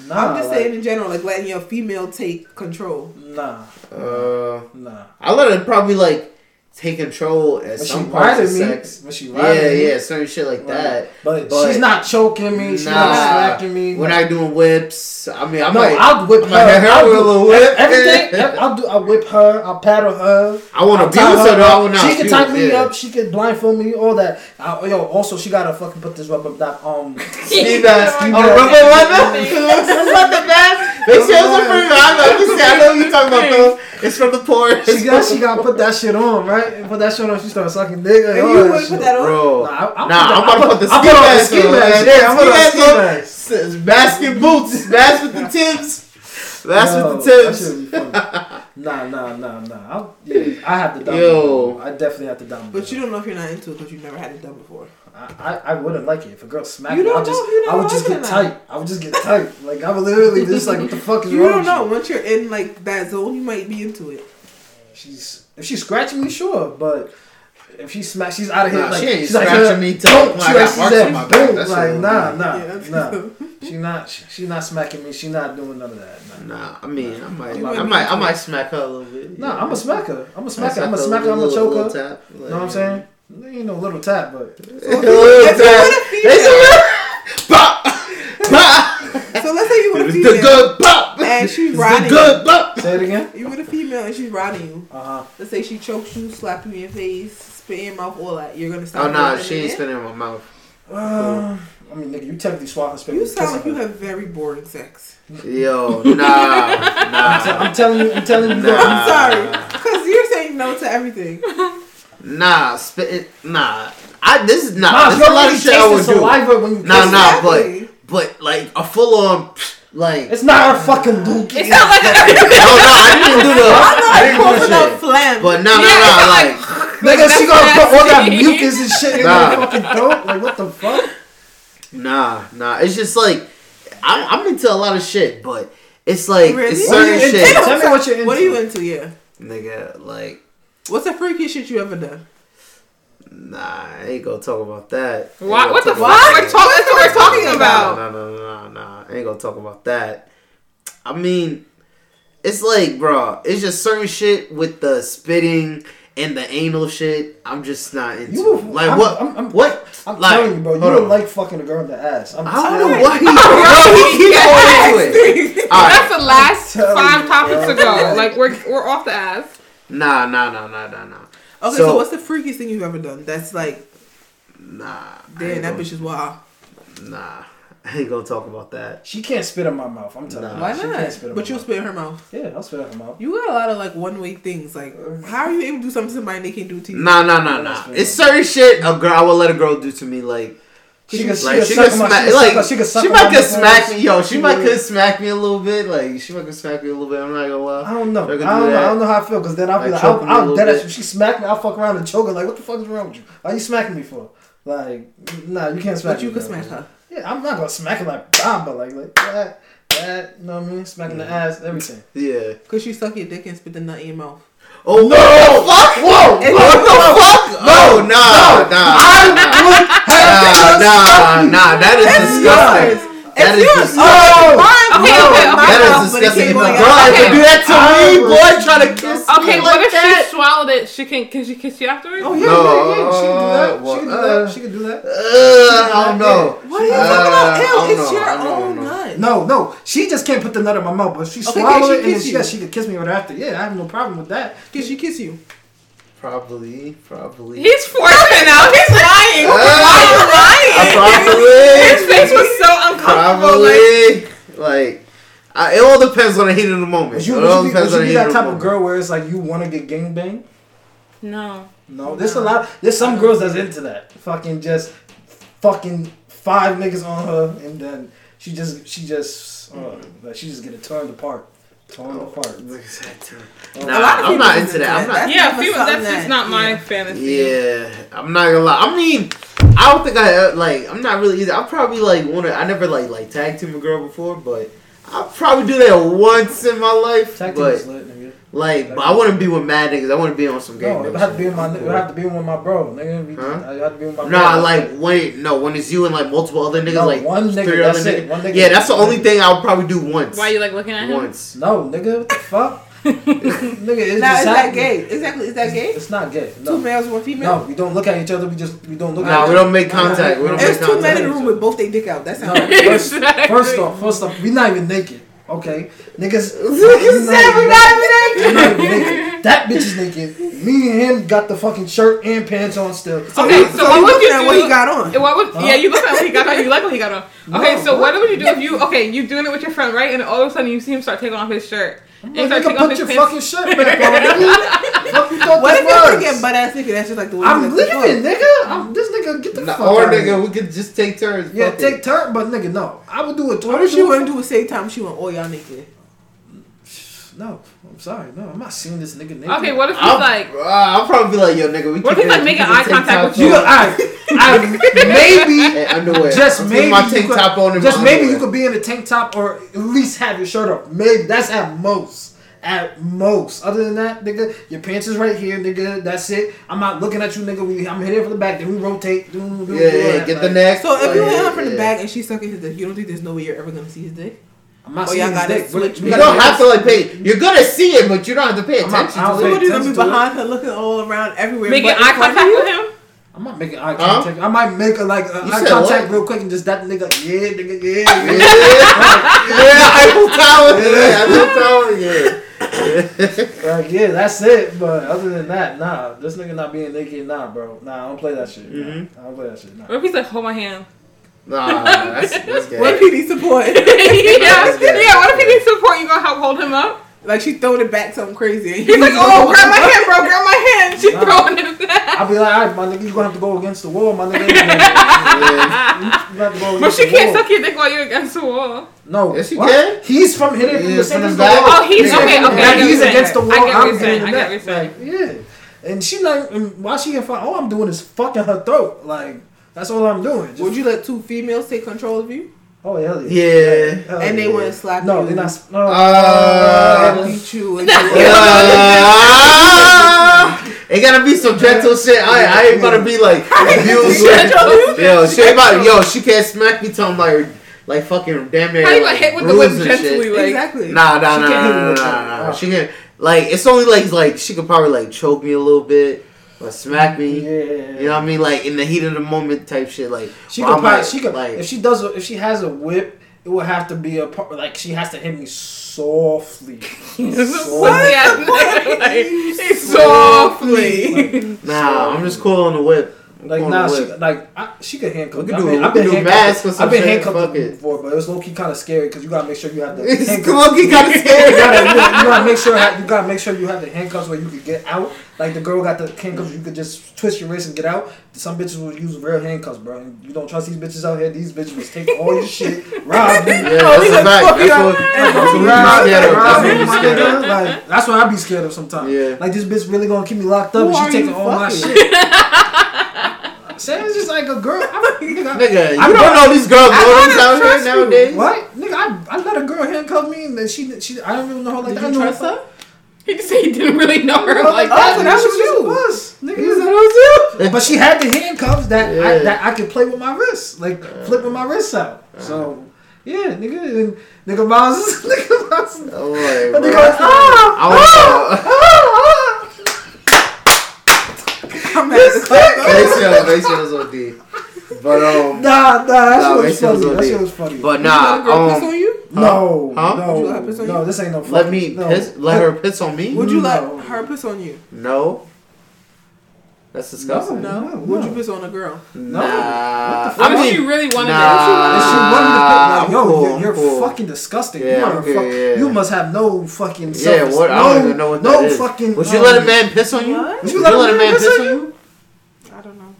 Nah,
I'm just
like,
saying in general, like letting your female take control.
Nah,
Uh,
nah.
I let her probably like take control at
But she
some parts of
riding me.
sex.
But she
Yeah,
riding me.
yeah, certain shit like
Right.
that.
But,
But-
she's not choking me. She's not
Nah.
slacking me.
We're not doing whips. I mean, I
no,
might.
I'll whip
I'm
her.
like, "Hey,
I'll
we're a
do
little whip."
Everything. I'll do. I'll whip her. I'll paddle her.
I want to
I'll
abuse
tie
her, though. I will not.
She can
abuse,
tie me
yeah.
up. She can blindfold me. All that. I, yo, also she gotta fucking put this rubber that um.
Steve ass.
Steve
Oh,
ass.
rubber rubber? It's not the best. Make sure it's from I'm not gonna say. I know what you're talking about though. It's from the porn.
She got. She gotta put that shit on right. And put that shit on. She start sucking dick.
And
And all
you
that
would put
shit.
that
Nah,
on.
Bro.
I,
Nah, I'm about to put the
I'm
ski
on the
mask
ski
on.
mask.
Yeah,
Yeah, I'm
ski
gonna put
mask
ski
on.
mask.
S- Basket boots. Bass with the tips. Bass
Yo,
with the tips.
that shit be funny. Nah, nah, nah, nah. I'll, yeah, I have to dumb
Yo.
Yo. I definitely have to dumb
But you don't know if you're not into it because you've never had it done before.
I, I, I wouldn't like it if a girl smacked
You
me.
don't
I just
know if you
I
don't
would just
like
get
it or
tight. I would just get tight. Like I would literally just like what the fuck is
You
wrong?
don't
with
know. Once you're in like that zone, you might be into it.
She's if she's scratching me, sure, but if she smack, she's out of here.
Nah,
like,
she ain't
she's like,
scratching
uh,
me till
Don't
I got
she like, she's
marks on
at,
my back.
boom,
That's
like
what
nah,
I'm
nah,
doing. Yeah.
nah. She not she, she not smacking me. She not doing none of that. Nah.
Nah, I mean, I might,
You
I
wouldn't
might,
be
I might smack her a little bit.
Nah, I'm a smacker. I'm a
Smack
smacker. I'm
her
a smacker. I'm a
little- little
choker.
tap,
You
like,
know what I'm saying? There ain't no little tap,
A
but
little tap. It's a little pop, pop.
So let's say you with a
It's
female
the good pop.
and she's
It's the
riding you.
good pop.
say it again.
You with a female and she's riding you.
Uh huh.
Let's say she chokes you, slap you in your face, spit in your mouth, all that. You're gonna stop.
Oh nah,
doing
she
it?
ain't spitting in my mouth.
Uh, I mean, nigga, you technically swallowing space.
You
with
sound
kissing
like you
her.
have very boring sex.
Yo, nah,
I'm, t-
nah.
I'm telling you, I'm telling you,
Nah.
nah.
I'm sorry, because you're saying no to everything.
Nah, spitting. Nah, I this is nah.
Nah,
this is
you
a
don't
lot
really
of shit I
taste the
would do.
saliva when you
Nah,
kiss
nah,
Exactly.
but but like a full on like.
It's not her fucking dookie.
It sounds like a,
no, no, I didn't do the. I
I'm
didn't do
not
the
coughing up
shit.
phlegm.
But nah, nah,
Yeah,
nah, like.
it's
Nigga, she gonna put all that
nasty.
mucus and shit in
Nah.
her fucking throat. Like, what the fuck?
Nah, nah. It's just like I, I'm into a lot of shit, but it's like
Really?
it's
What
are you
certain
into?
shit,
Tell me what you're into.
what are you into? Yeah.
nigga. Like,
What's the freakiest shit you ever done?
nah, I ain't gonna talk about that. I ain't
Why-
gonna
what the
talk
fuck?
about
We're
that.
talk- that's what we're talking about.
Nah, nah, nah, nah, nah. I ain't gonna talk about that. I mean, it's like, bro, it's just certain shit with the spitting and the anal shit. I'm just not into.
You-
like,
I'm-
what?
I'm- I'm-
what?
I'm
Like,
telling you, bro. You
hold
don't
on.
like fucking a girl in the ass. I'm
I don't
telling
know
you.
why he, bro, he keep going into it. All right.
that's the last
telling
five
you,
topics
bro.
ago. Like we're we're off the ass.
Nah, nah, nah, nah, nah, nah.
Okay, so,
So-
what's the freakiest thing you've ever done? That's like,
Nah. I ain't
damn, that
gonna-
bitch is wild.
Nah. I ain't gonna talk about that.
She can't spit in my mouth. I'm telling
Nah.
you.
Why
She can't spit
not?
in
But
my
you'll
mouth.
spit in her mouth.
Yeah, I'll spit in her mouth.
You got a lot of like one way things. Like, how are you able to do something to somebody they can't do to you?
Nah, nah, nah, nah. It's certain shit a girl I will let a girl do to me. Like,
She can,
like
she can suck my, she
like
can suck, she can suck
she
on
might
my
could
nipples.
smack me. Yo, she
She
might
really-
could smack me a little bit. Like, she might could smack me a little bit. I'm not gonna
I
lie.
don't know. I
They're
don't
gonna
know.
do that.
I don't know how I feel because then I'll be
Like,
like,
choke
I'll,
me a
I'll
little
dead
bit.
ass. If she smack me, I'll fuck around and choke her. Like, what the fuck is wrong with you? Why you smacking me for? Like, nah, you can't smack
but
me.
you can
bro.
smash her.
Yeah, I'm not gonna smack her like bomb, but like, like that, that, you know what I mean? Smacking the ass, everything.
Yeah.
Because you suck your dick and spit the nut in your mouth.
Oh no! Fuck! Whoa!
And
what the
no, no,
fuck? Oh, No! Nah! Nah! Nah! Nah! Nah! That is disgusting. That is
you're-
disgusting.
Oh!
Okay,
No,
okay,
not
okay.
That
mouth,
is
but it
disgusting. If
came
a
going
girl
out.
had to
Okay.
do that to
I
me,
would-
boy, trying to kiss me
Okay, what
like
if
that.
she swallowed it? She can can she kiss you afterwards?
Oh yeah, yeah, yeah. She can do that. She can do that. She can do that.
Uh, I don't know.
What are you
Uh,
talking
I
about? Ew,
don't
it's
know,
your
I don't know, I
own
don't know.
nut.
No, no. She just can't put the nut in my mouth, but if she
Okay,
swallow
can she
it and then
kiss
she
you?
got she can kiss me right after. Yeah, I have no problem with that.
Can she kiss you?
Probably, probably.
He's forcing out. He's lying.
Uh,
Why are you lying? His
probably,
face was so uncomfortable. Like,
probably. Like, I, it all depends on the heat of the moment.
Would you,
it all
would you, be, would
depends
you
on the
be
heat
that
of the
type of
moment.
girl where it's like you want to get gangbanged?
no.
No, there's a lot. There's some girls that's into that. Fucking just fucking five niggas on her, and then she just she just uh, like she just get it torn apart, torn
Oh.
apart.
Nah, I'm not into that. I'm not.
That's
yeah,
never
female,
something
that's just
that-
not my
yeah.
fantasy.
Yeah, I'm not gonna lie. I mean, I don't think I uh, like. I'm not really either. I probably like wanna. I never like like tag team a girl before, but I probably do that once in my life.
Tactic
but
is lit, nigga.
Like, but I wouldn't be with mad niggas. I wouldn't be on some game.
No, it have to be with my it have to be with my bro, nigga. It
Huh?
have to be with my
Nah,
bro.
like wait, no. When it's you and like multiple other niggas,
No,
like
one nigga,
three
that's
other
it,
niggas.
one nigga.
yeah, that's the only thing I'll probably do once.
Why you like looking at him?
once?
No, nigga, what the fuck? nigga, it's
Now,
just
is that
happening.
gay? Exactly, is that gay?
It's not gay.
Two
No.
males, one
no,
female.
we don't look at each other. We just we don't look
Nah,
at.
we don't make contact. We don't
It's
make
There's two men in
contact.
the room with both their dick out. That's
No,
how.
first,
Exactly.
first off, first off, we not even naked. Okay, niggas.
You said we not
even naked. We not even naked. That bitch is naked. Me and him got the fucking shirt and pants on still.
Okay, so what
he
would
looking
you
at
do-
what he got on?
And What would,
Huh?
Yeah, you look at what he got on. You like what he got on. Okay,
No,
so what?
what?
would you do if you? Okay, you doing it with your friend, right? And all of a sudden you see him start taking off his shirt. And he start
Like, nigga,
taking off
put
his
your
pants.
fucking shirt back on, nigga. Fuck you thought
What
that
if you're
was?
getting butt ass naked? That's just like the way
I'm
you like to
leaving,
fuck.
nigga. I'm, this nigga, get the
Nah,
fuck
or
out of here.
nigga, we could just take turns.
Yeah,
fuck it.
take turn, but nigga, no. I would do a
What if
torture.
she want to do the same time she want all y'all naked?
No, I'm sorry. No, I'm not seeing this nigga naked.
Okay, what if he's
I'll,
like?
uh, I'll probably be like, yo, nigga, we
What if
keep
he's, like,
it-
making
keep it
eye
tank
contact
top
with
You
on
could, I, I
And underwear.
Just
I'm
maybe
taking my
you
tank
could-
top on
maybe,
and
just
my
maybe
underwear.
you could be in a tank top or at least have your shirt up. Maybe that's at most. At most. Other than that, nigga, your pants is right here, nigga. That's it. I'm not looking at you, nigga. We, I'm here for the back. Then we rotate. Do, do, do,
Yeah, yeah,
that,
get the
like,
neck.
So if
like,
you hit
yeah,
her from the
yeah.
back and she's sucking his dick, you don't think there's no way you're ever gonna see his dick?
I'm not
Oh,
seeing
y'all
his
gotta
dick.
switch.
We
You
gotta
don't
do
have to
this.
like pay. You're gonna see it, but you don't have to pay
I'm not-
attention
I don't
to
So
pay
it.
what are you gonna be
attention to it.
behind her, looking all around everywhere?
Making
but in
eye
front of
contact
you?
with him.
I'm not making eye
Huh?
contact. I might make a like a
You
eye
said
contact
what?
real quick and just that nigga. Yeah, nigga. Yeah.
Yeah,
yeah.
yeah, Eiffel Tower. Yeah, Eiffel Tower. Yeah.
Like, yeah, that's it. But other than that, nah, this nigga not being naked, nah, bro. Nah, I don't play that shit. nah.
Mm-hmm.
Mhm.
I don't play that shit. Nah.
What if he's like, hold my hand?
Nah, that's that's gay.
What if he needs support?
yeah,
good.
yeah. What if he needs support? You gonna help hold him up?
like she throwing it back something crazy. And
He's like, oh, grab my hand, bro, grab my hand. She's
Nah.
throwing it back.
I'll be like, all right, my nigga, you gonna have to go against the wall, my nigga. You gonna
Yeah.
have to
But
go against
she
the
can't
wall.
suck your dick while you're against the wall.
No,
Yes, she
what?
can.
He's from hitting from
Yeah,
the
from
same
the
as the
back.
wall.
Oh, he's okay.
Yeah, from the
Okay,
back.
I get
he's
what you're
against the
saying.
wall.
I get what
I'm
you're saying.
hitting
I get what
the
you're
back. Like, yeah. And she like, and while she in front, all I'm doing is fucking her throat. Like, that's all I'm doing. Just-
Would you let two females take control of you?
Oh hell yeah.
Yeah.
Hell
and they
yeah.
want to slap
No,
you.
they're not. No.
Uh,
and beat you. And
Ah, it gotta be some gentle shit. I, I ain't gonna be like abuse.
Gentle.
yo, she ain't about yo. She can't smack me till I'm like like fucking damn near.
How you
like,
like hit with the whip
bruised and shit.
gently? Like,
exactly.
Nah, nah,
She
nah,
can't hit me
nah, nah,
with that.
nah,
Oh.
nah. She can like it's only like like she could probably like choke me a little bit or smack me.
yeah.
You know what I mean? Like in the heat of the moment type shit. Like
She
well,
could
I'm,
probably,
like-
she could
like
if she does a- if she has a whip, it would have to be a part like she has to hit me softly.
What?
softly.
like, he's softly.
nah. I'm just calling the whip. I'm
Like
calling
nah,
the
she
whip.
like I, she could handcuff.
We
me.
could
I
do-
mean,
we
I've
could
been
do
handcuffed-
masks or some
I've been
shit,
handcuffed
fuck it.
before, but it was low key kind of scary because you gotta make sure you have the
It's
handcuffs.
Loki kind of
You
scared.
gotta, you, you gotta make sure you gotta make sure you have the handcuffs where you could get out. Like the girl got the handcuffs, you could just twist your wrist and get out. Some bitches will use real handcuffs, bro. And you don't trust these bitches out here. These bitches will take all your shit, rob you,
Yeah, that's a fact. That's what, that's what we
Rob-
scared of.
rob
That's
me,
what we
my
scared of.
nigga. Like, that's what I be scared of sometimes.
Yeah.
Like this bitch really gonna keep me locked up
Who
and
are
she taking
you
all my
fucking?
shit. Sam's just like a girl. I, nigga,
Nigga, you
I
don't know these girls' motives out here
trust you.
nowadays.
what? Nigga, I, I let a girl handcuff me and then she she I don't even know her like
Did
that. I
you
knew
trust her?
He just said he didn't really know her
Oh,
like
oh,
that.
so
that
she
was you.
was. Nigga,
Is that
that
what you-
But she had the handcuffs that I,
Yeah.
that I could play with my wrists, like flipping my wrists out.
Uh-huh.
So yeah, nigga, and nigga Miles, nigga Miles, and
Oh, boy, bro.
they go ah,
I wanna-
ah, ah.
I'm at the club.
Make sure- make sure it's OD. But um,
Nah, nah, that
Nah,
shit
that shit was
was funny. That
OD.
shit was funny.
but
Would you let a girl
nah,
piss
um,
on you?
no,
Huh?
no,
Would you let her piss on
no,
you?
this ain't no.
let
fucking-
me
no.
piss. Let her piss on me.
Would you
No.
let her piss on you?
No, that's disgusting.
No, no.
Would you piss on a girl?
Nah,
What the
What
fuck?
I
if she
mean,
really wanted
nah.
it?
And she wanted to pick, like,
I'm
yo,
cool,
you're,
I'm
you're
cool.
fucking disgusting.
Yeah,
you, are
okay,
fuck,
yeah.
you must have no fucking self
yeah, what? I don't even know what
no
that is.
fucking. um,
Would
no.
you let a man piss on you?
What?
Would you let a man piss on you?
I don't know.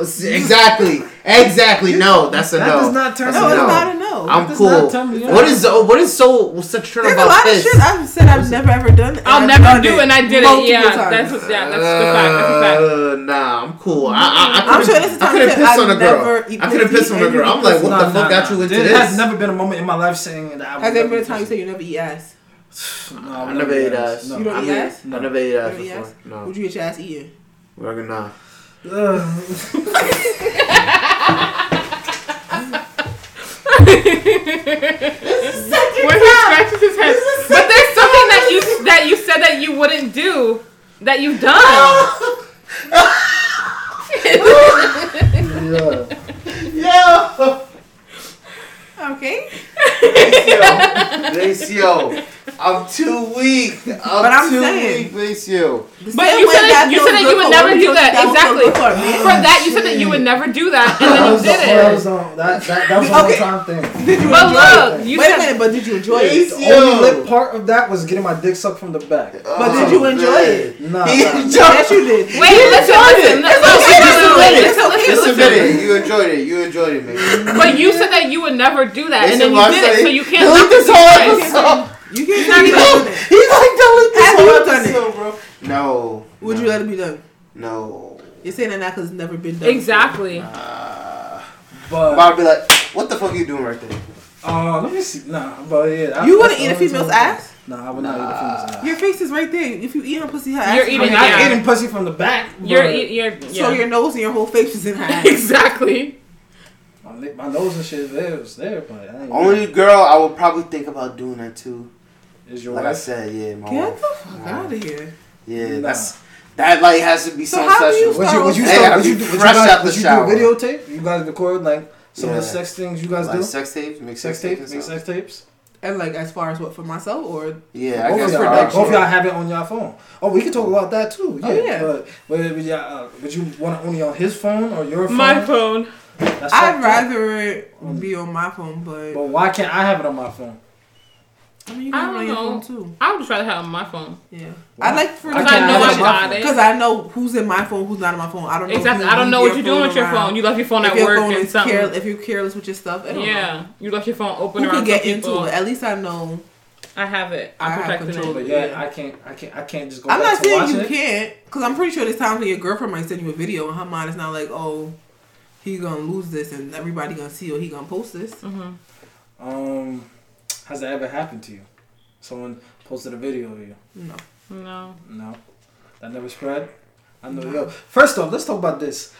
Exactly. Exactly. No, that's a
That
no.
does not turn
That's
me
No,
a
it's
No.
not a no.
I'm
does
cool.
not turn me on.
What is oh, what is so such turn
There's a
about
lot
piss?
of shit I've said I've never ever done. and
I'll
I've
never
done
do, and I did it.
multiple
Yeah,
times.
that's yeah, that's the fact. That's the fact.
Uh, nah, I'm cool. I, I, I
I'm sure this is
couldn't- I
time
couldn't
that
piss
I've
on a
never
girl.
eaten
I couldn't piss on a
pussy
girl.
and
I'm like, what
No,
the
no,
fuck got
no.
you into
There
this?
has never been a moment in my life saying that I
Has
would
there been a
never
time you
do
said you never eat ass?
No,
I never ate ass.
You don't
I
eat
mean,
ass?
I never ate ass
don't eat
before.
ass?
No,
Would you get your ass eaten?
we're gonna nah.
Ugh. Uh,
when he scratches his head. But there's something that you that you said that you wouldn't do that you've done.
yeah.
Yo,
Okay.
Maceo, I'm too weak. I'm
But I'm
too
saying-
weak, Maceo.
But you said that you said that you would never do that. Exactly. For that you said that you would never do that, and then you
was a- that
did
was
it.
a- that, that, that was a
Okay.
one-time thing.
Did you
But
enjoy
look,
it?
you
Wait a
said
minute, but did you enjoy it?
The only lip part of that was getting my dick sucked from the back.
But did
Oh,
you enjoy it?
Nah,
He
nah.
enjoyed
Yes, Oh, you did.
wait. Let's listen. Let's
It's okay,
listen.
it's
Just
Listen. Listen.
a minute. You enjoyed it. You enjoyed it, man.
But you said that you would never do that, and
Listen,
then
what I'm
you did it,
saying.
so you can't.
Delete
knock
this
it
whole
twice.
episode.
You can't not even do it.
He's like, delete this
Have
whole
you done it?
episode, bro. No.
Would
no,
you let it be done?
No.
You're saying that now because it's never been done.
Exactly.
Uh,
But
I'd be like, what the fuck you doing right there?
uh, let me see. Nah, but yeah. that-
You
that's
wouldn't eat
the
a
only
female's
time.
ass?
Nah, I would not eat a female's ass.
Your face is right there. If you eat her pussy, her ass
You're
is
I
eating
mean,
right
it
I
out.
ain't eating pussy from the back.
You're,
but
you're,
there.
yeah.
So your nose and your whole face is in her ass.
exactly.
My, lip, my nose and shit there was there, but I ain't.
Only girl I would probably think about doing that too.
is your
Like I
wife.
said, yeah, my
Get
wife.
the fuck out of here.
Yeah,
Nah.
that's that like has to be
So
so
how do you
special.
Would you, would you,
Hey,
start,
I'll
would
be
you, would you
fresh
guys,
out the
would you do
shower.
videotape? You guys record like some of the
Yeah.
sex things you guys
Like
do?
sex tapes, make
Sex
sex,
tapes,
tapes,
make sex tapes.
And like, as far as what for myself or
Yeah, I
both
guess
of
for
y'all,
that.
both of y'all have it on your phone. Oh, we can talk about that too. Yeah,
Oh, yeah.
but but would, y'all, uh, would you want it only on his phone or your phone?
My phone.
That's
I'd
fucked up.
rather it be on my phone, but
But why can't I have it on my phone?
I mean, you
I
can have it on your phone
don't
too.
I would just rather have it on my phone.
Yeah,
Why?
I like for
Because
can't
I know
have
I
it on my
got
phone.
it.
because I know who's in my phone, who's not in my phone. I don't know
Exactly.
if you
I don't know
leave
what you're doing with your
around.
phone. You left your phone
If
at
your
work
phone
and
is
something.
care- if you're careless with your stuff, I don't know.
yeah, you left your phone open
Who
around
can get
some
into
people.
it? At least I know.
I have it.
I
I'm
have
protecting
control.
it.
But yeah,
Yeah.
I can't. I can't. I can't just go.
I'm
back
not
to
saying
watch
you
it.
can't, because I'm pretty sure there's times when your girlfriend might send you a video and her mind is not like, oh, he gonna lose this and everybody gonna see or he gonna post this.
Mm-hmm.
Um, has that ever happened to you? Someone posted a video of you.
No.
No.
No, that never spread. I know.
No.
Yo, first off, let's talk about this.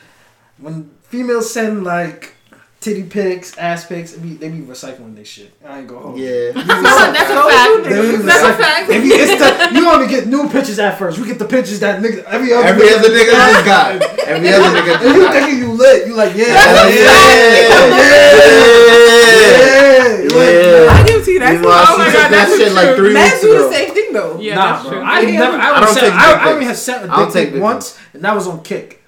When females send like titty pics, ass pics, it be, they be recycling this shit. I ain't go home.
Yeah.
That's
Those
a
you
They
fact.
be
That's a
recycling-
fact.
If you, it's the, you only get new pictures at first. You get the pictures that nigga every other
Every other nigga
got.
just got. it. Every other nigga
If
just
you
got. it.
thinking you lit, you like yeah, yeah,
Yeah.
yeah, You like,
Yeah.
nah.
I give it to you. That's
Meanwhile,
Oh
she
my
took
God,
that
that's
shit like
true.
three weeks
Let's do the
ago.
same thing though.
Yeah,
nah,
that's
bro.
true.
I ain't never. I,
I
don't
don't
sent,
take
I,
dick
I only
pics.
have sent
I don't take
a dick pic
dick
once, and that was on kick,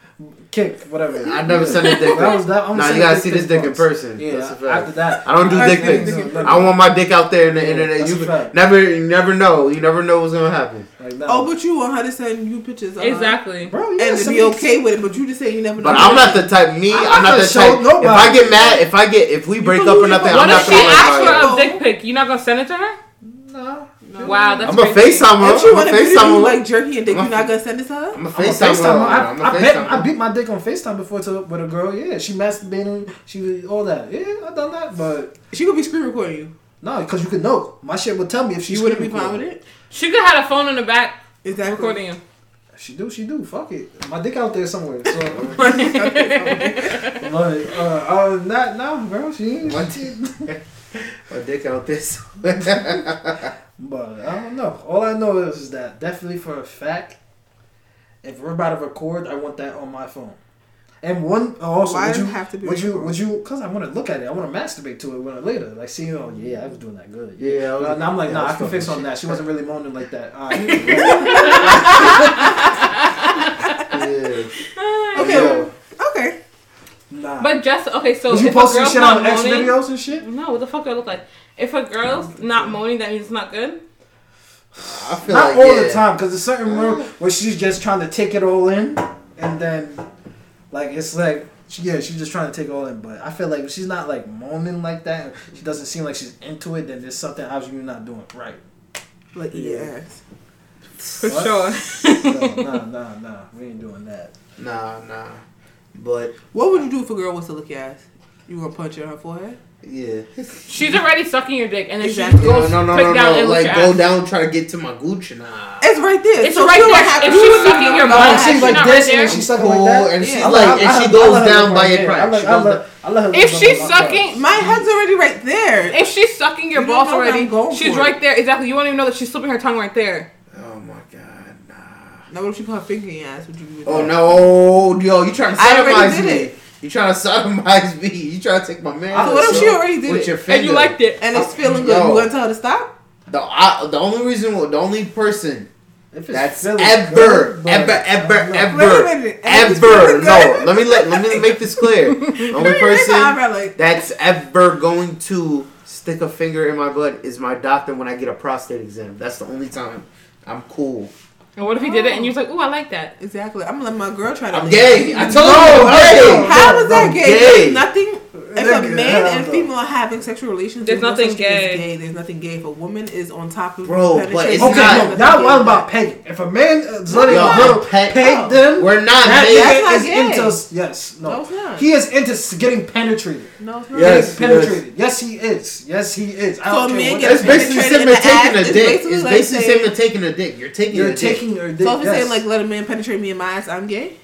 kick, whatever.
I never sent a dick
That
pic.
was that. I'm
Nah,
sending
you gotta
dick
see this
pics
dick in
once.
person.
Yeah,
That's a
after
fact.
that,
I don't do
I
dick
think-
pics. I want my dick out there in the
Yeah,
internet.
that's
You
a fact.
never, you never know. You never know what's gonna happen.
Like, nah.
Oh, but you want her to send you pictures. of her.
Exactly.
bro, yeah,
And to be
somebody-
okay with it, but you just say you never know.
But I'm not the type. Me,
I'm
I'm,
not
not
gonna
the
show
type. If
nobody.
I get mad, if I get, if we break up or
believe
nothing,
it.
I'm
What
not
if she
gonna worry about it.
asks
about
for a
it.
dick pic? You're not gonna send it to her?
No,
Wow, that's
I'm a
crazy.
FaceTime her.
If you
I'm
want
a
to video
FaceTime
you
her.
like jerky and dick,
I'm
you're
a-
not gonna send this to her.
I'm a
I'm a
FaceTime
FaceTime.
her.
I,
I'm a
I, bet, I
FaceTime
beat
her.
my dick on FaceTime before to, with a girl. Yeah, she masturbating. She was all that. Yeah, I done that, but
She could be screen recording you.
no, because you could know. My shit would tell me if she.
You wouldn't be fine with it.
She could have a phone in the back
Exactly.
recording you.
She do. She do. Fuck it. My dick out there somewhere. So
Right.
like, uh, uh, not now, bro. She. ain't-
What?
she-
My dick out this.
But I don't know. All I know is, is that definitely for a fact, if we're about to record, I want that on my phone. And one oh, also, would
Why does it
you
have to be
would you
recorded?
would you? Cause I want to look at it. I want to masturbate to it when I later, like see, oh yeah, I was doing that good.
Yeah, I was-
Uh, and I'm like,
yeah, I
nah, I
was
can fix
fucking shit.
on that. She wasn't really moaning like that. All
yeah.
Okay.
Yo,
okay.
nah.
But just okay, so
would you
if a
post your
girl's
shit
not
on X
moaning-
videos and shit?
No, what the fuck do I look like? If a girl's not moaning, that means it's not good.
I feel
Not
like,
all
yeah.
the time, cause there's certain room where she's just trying to take it all in, and then like it's like she, yeah, she's just trying to take it all in. But I feel like if she's not like moaning like that, she doesn't seem like she's into it. Then there's something else you're not doing right.
Like eat your ass.
For
What?
sure.
No, nah, nah, nah, we ain't doing that.
Nah, nah. But
What would you do if a girl was to look your ass? You gonna punch her in her forehead?
Yeah.
She's already sucking your dick, and then
Exactly.
she
No,
goes
no, no,
click
no,
down
no.
and
Like,
looks
go
at-
down, try to get to my Gucci. Nah.
It's right there.
It's right
she would
there.
have-
If
she
she's
would have
sucking your
gone
butt,
back.
she's
She's like
not
this,
right
and
there.
she's sucking like
Cool,
that.
and she
Yeah, I
like-
let-
and
I
she
let-
goes
I let her
down
look
by
right
your
there.
crotch.
I let-
She
I
goes
let-
down.
I let her
If
look
she's
up on my crotch.
sucking,
My head's already right there.
if she's sucking your
You don't
balls
know what
already,
I'm going
she's
for.
right there. Exactly. You won't even know that she's slipping her tongue right there.
Oh my god, nah.
Now, what if she put her finger in your ass? Would you be with
Oh
that?
no, yo, you trying to
I already
sodomize
did
me?
it.
You trying to sodomize me? You trying to take my man?
So what if she already did
with
it?
your finger?
And you liked it.
and it's feeling good.
Yo.
You gonna tell her to stop?
The I, the only reason, the only person
If it's
that's
feeling
ever,
good, but-
ever, ever,
Wait a
ever,
minute. And it's
ever.
feeling
No,
good.
let me let let me make this clear. The only person
Like,
that's ever going to stick a finger in my butt is my doctor when I get a prostate exam. That's the only time I'm cool.
And what if he did it and you was like, "Ooh, I like that."
exactly. I'm gonna let my girl try to.
I'm
lick.
gay. I told you
No,
I'm
no.
gay.
How is that
I'm
gay?
gay.
There's nothing. If a
Nigga,
man and
hell no.
female are having sexual relations,
There's
no
nothing
such thing as
gay.
There's nothing gay. If a woman is on top of
Bro, but
penetration,
it's
there's
Okay,
not-
no,
nothing
that
gay.
was about pegging. If a man uh, is letting
Yo,
a girl
peg-
peg, them,
We're not
that
gay.
That's
nigga
not
is
gay.
into yes, no,
No, it's not.
he is into s- getting penetrated.
No, it's not.
Yes,
Getting penetrated. Yes. he is. Yes, he is. I
So
don't
a
care
man
what
That's
gets
that is.
basically
Penetrated
similar to
in the
taking a
ass. It's
dick.
basically
It's
like
basically
saying-
similar to taking a dick. You're taking
You're
a dick.
taking your dick.
So if you
yes.
saying like let a man penetrate me in my ass, I'm gay,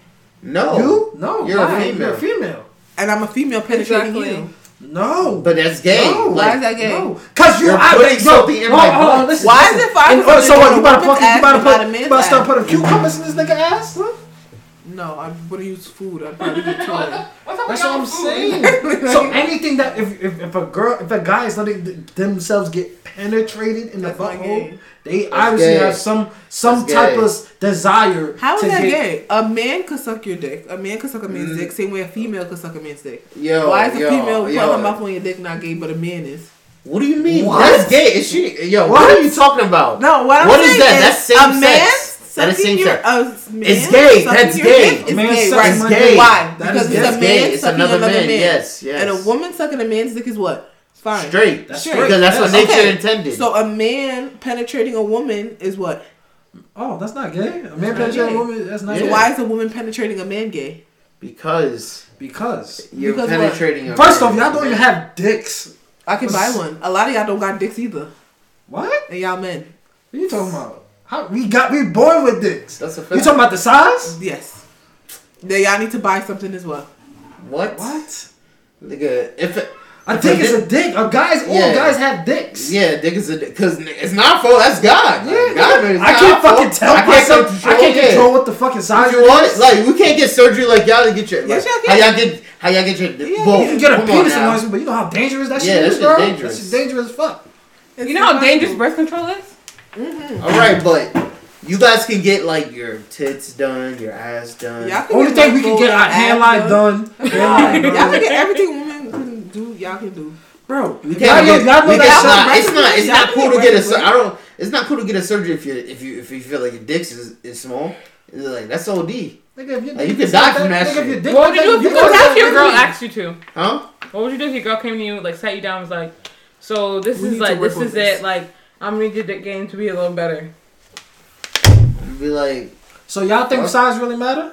No.
you? No,
You're a
why?
female.
You're a female.
and I'm a female penetrating
Exactly.
you.
No,
But that's gay.
No,
Why is
Like,
that gay?
no, cause you
You're
I-
putting
yo,
something in
hold-
my
hold on,
butt.
listen,
Why is
listen.
it fine
And-
for
oh,
me to
So
put
what?
a
You about to
woman's
fucking? You
ass
about to
inside a
put?
man's
You about to start
ass?
putting cucumbers in this nigga ass? Huh?
No, I wouldn't use food. I'd probably use toy.
What's up
That's what I'm saying. so anything that if, if if a girl if a guy is letting th- themselves get penetrated in the
That's not
butthole,
gay.
they obviously
gay.
have some some
That's
type
gay.
of desire.
How is
to
that
get-
gay? A man could suck your dick. A man could suck a man's dick, same way a female could suck a man's dick.
Mm. Yo,
Why is a
yo,
female putting
yo.
her mouth on your dick not gay, but a man is?
What do you mean?
What?
That's gay. Is she? Yo, what,
What?
are you talking about?
No, what I'm
What is
saying
that?
is
That's same
a man
sex. That is
sucking
same
your,
sex.
a s- man
It's gay.
sucking
That's
your
gay.
dick
A
is
man
gay,
sucks
right?
my
It's gay.
Why?
That
because
is gay.
it's a
It's
man
gay. It's
sucking
another
another
man.
man.
Yes, yes.
And a woman sucking a man's dick is what? Fine.
Straight.
That's
straight.
straight.
Because that's what
That's-
nature
okay.
intended.
So a man penetrating a woman is what?
Oh, that's not gay. A man
not
penetrating
gay.
a woman. That's not
Yeah.
So
gay.
why is a woman penetrating a man gay?
because
Because
you're
Because what?
penetrating. a
first off,
man.
y'all don't even have dicks.
I can buy one. A lot of y'all don't got dicks either,
What?
and y'all men.
What are you talking about? How we got we born with dicks?
That's a
You
fact.
talking about the size?
Yes. Then y'all need to buy something as well.
What?
What?
Nigga, if it,
A
If
dick
a
is
dick-
a dick. A guys, all
Yeah.
guys have dicks.
yeah, niggas, because it's not for that's God. Like,
Yeah,
God made it. It's
I can't
not our
fucking
fault.
tell
I can't
myself.
control
I can't
it.
control what the fucking size
You
it
want
is.
it? Like we can't get surgery like y'all to get your.
Yes,
like,
y'all
How y'all get? How y'all get your?
Yeah,
Whoa,
you can get a
come on
penis in
now.
one, but you know how dangerous that shit
Yeah, that
is,
shit
bro.
dangerous.
That shit dangerous as fuck.
You know how dangerous birth control is?
All right, but you guys can get like your tits done, your ass done.
Y'all can
Only
get
thing we can
lipo
get our
and
hairline
abs
done, hairline
Y'all
done.
can get everything women can do. Y'all can do.
bro.
We can't
Y'all know,
get,
y'all know
we
that
can't-
shit.
shit-
it's not. It's
Y'all
not
can
cool
get
to get a.
regular
sur-
breast
I don't. It's not cool to get a surgery if you if you if you feel like your dick is, is small. It's like that's OD,
Nigga, if your
Like, you
dick
can
is
die
like
from that
nigga, if
shit.
your dick
What would
like
you do if
that,
you
go
could
to
ask your
that
girl
surgery.
asked you to?
huh?
What would you do if your girl came to you, like sat you down, and was like, "So this
We
is
need
like
to work
this
on
is
this."
it. Like I'm gonna need your dick game to be a little better."
You'd be like,
So y'all think
What?
size really matter?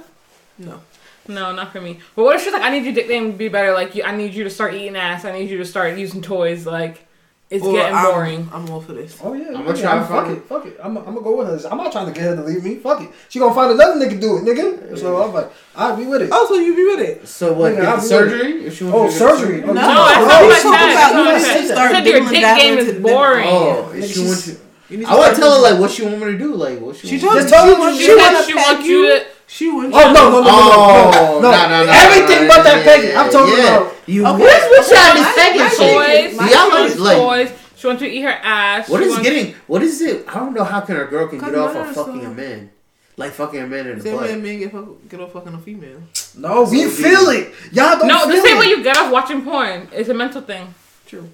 No.
No, not for me. But what if she's like, "I need your dick game to be better. Like you, I need you to start eating ass. I need you to start using toys. Like it's
Or
getting
um,
I'm-
boring."
I'm all for this.
Oh yeah,
I'ma
yeah,
try
I'm-
to
fuck
find-
it, fuck it. I'm, I'm gonna go with her. I'm not trying to get her to leave me. Fuck it. She gonna find another nigga do it, nigga. So I'm like, I'll be with it.
Oh, so you be with it?
so what?
Nigga,
get
I'll
the
be
surgery? If she
Oh,
wants to get the
surgery.
No,
Oh,
that's
not what
oh,
what we
I
shit.
talking
said.
That's
about. You need
what I
to
said.
start
I said your
dibbling
dick
dabbling
game
to
is
the-
boring.
Oh,
Yeah,
if she
she's-
wants you.
You need to
I want to
start
tell her
dibbling.
like what she want me to do, like what she.
She
want-
Just
told me
tell
she
her
wants
she
you
said
to
she
pet
wants you
you.
to-
She wants
Oh no,
you
no, no, no,
Oh, no,
no, no,
no, no, no,
Everything but
no,
that
yeah,
pegging.
yeah,
I'm talking
yeah.
about.
You.
Okay.
Where's with y'all
My-
this pegging
my
shit?
Toys.
dick- my
Y'all
she
want
wants
like
toys. She wants you to eat her ass.
What
she
is
wants-
getting? What is it? I don't know how can a girl can get
Cause
off
none
of
of
fucking
us
a
are-
man, like fucking a man in the
Same way a
butt.
man get, fuck, get off fucking a female.
No, we
It's
feel
okay.
it. Y'all don't
No,
feel
the same
it.
way you get off watching porn. It's a mental thing.
True.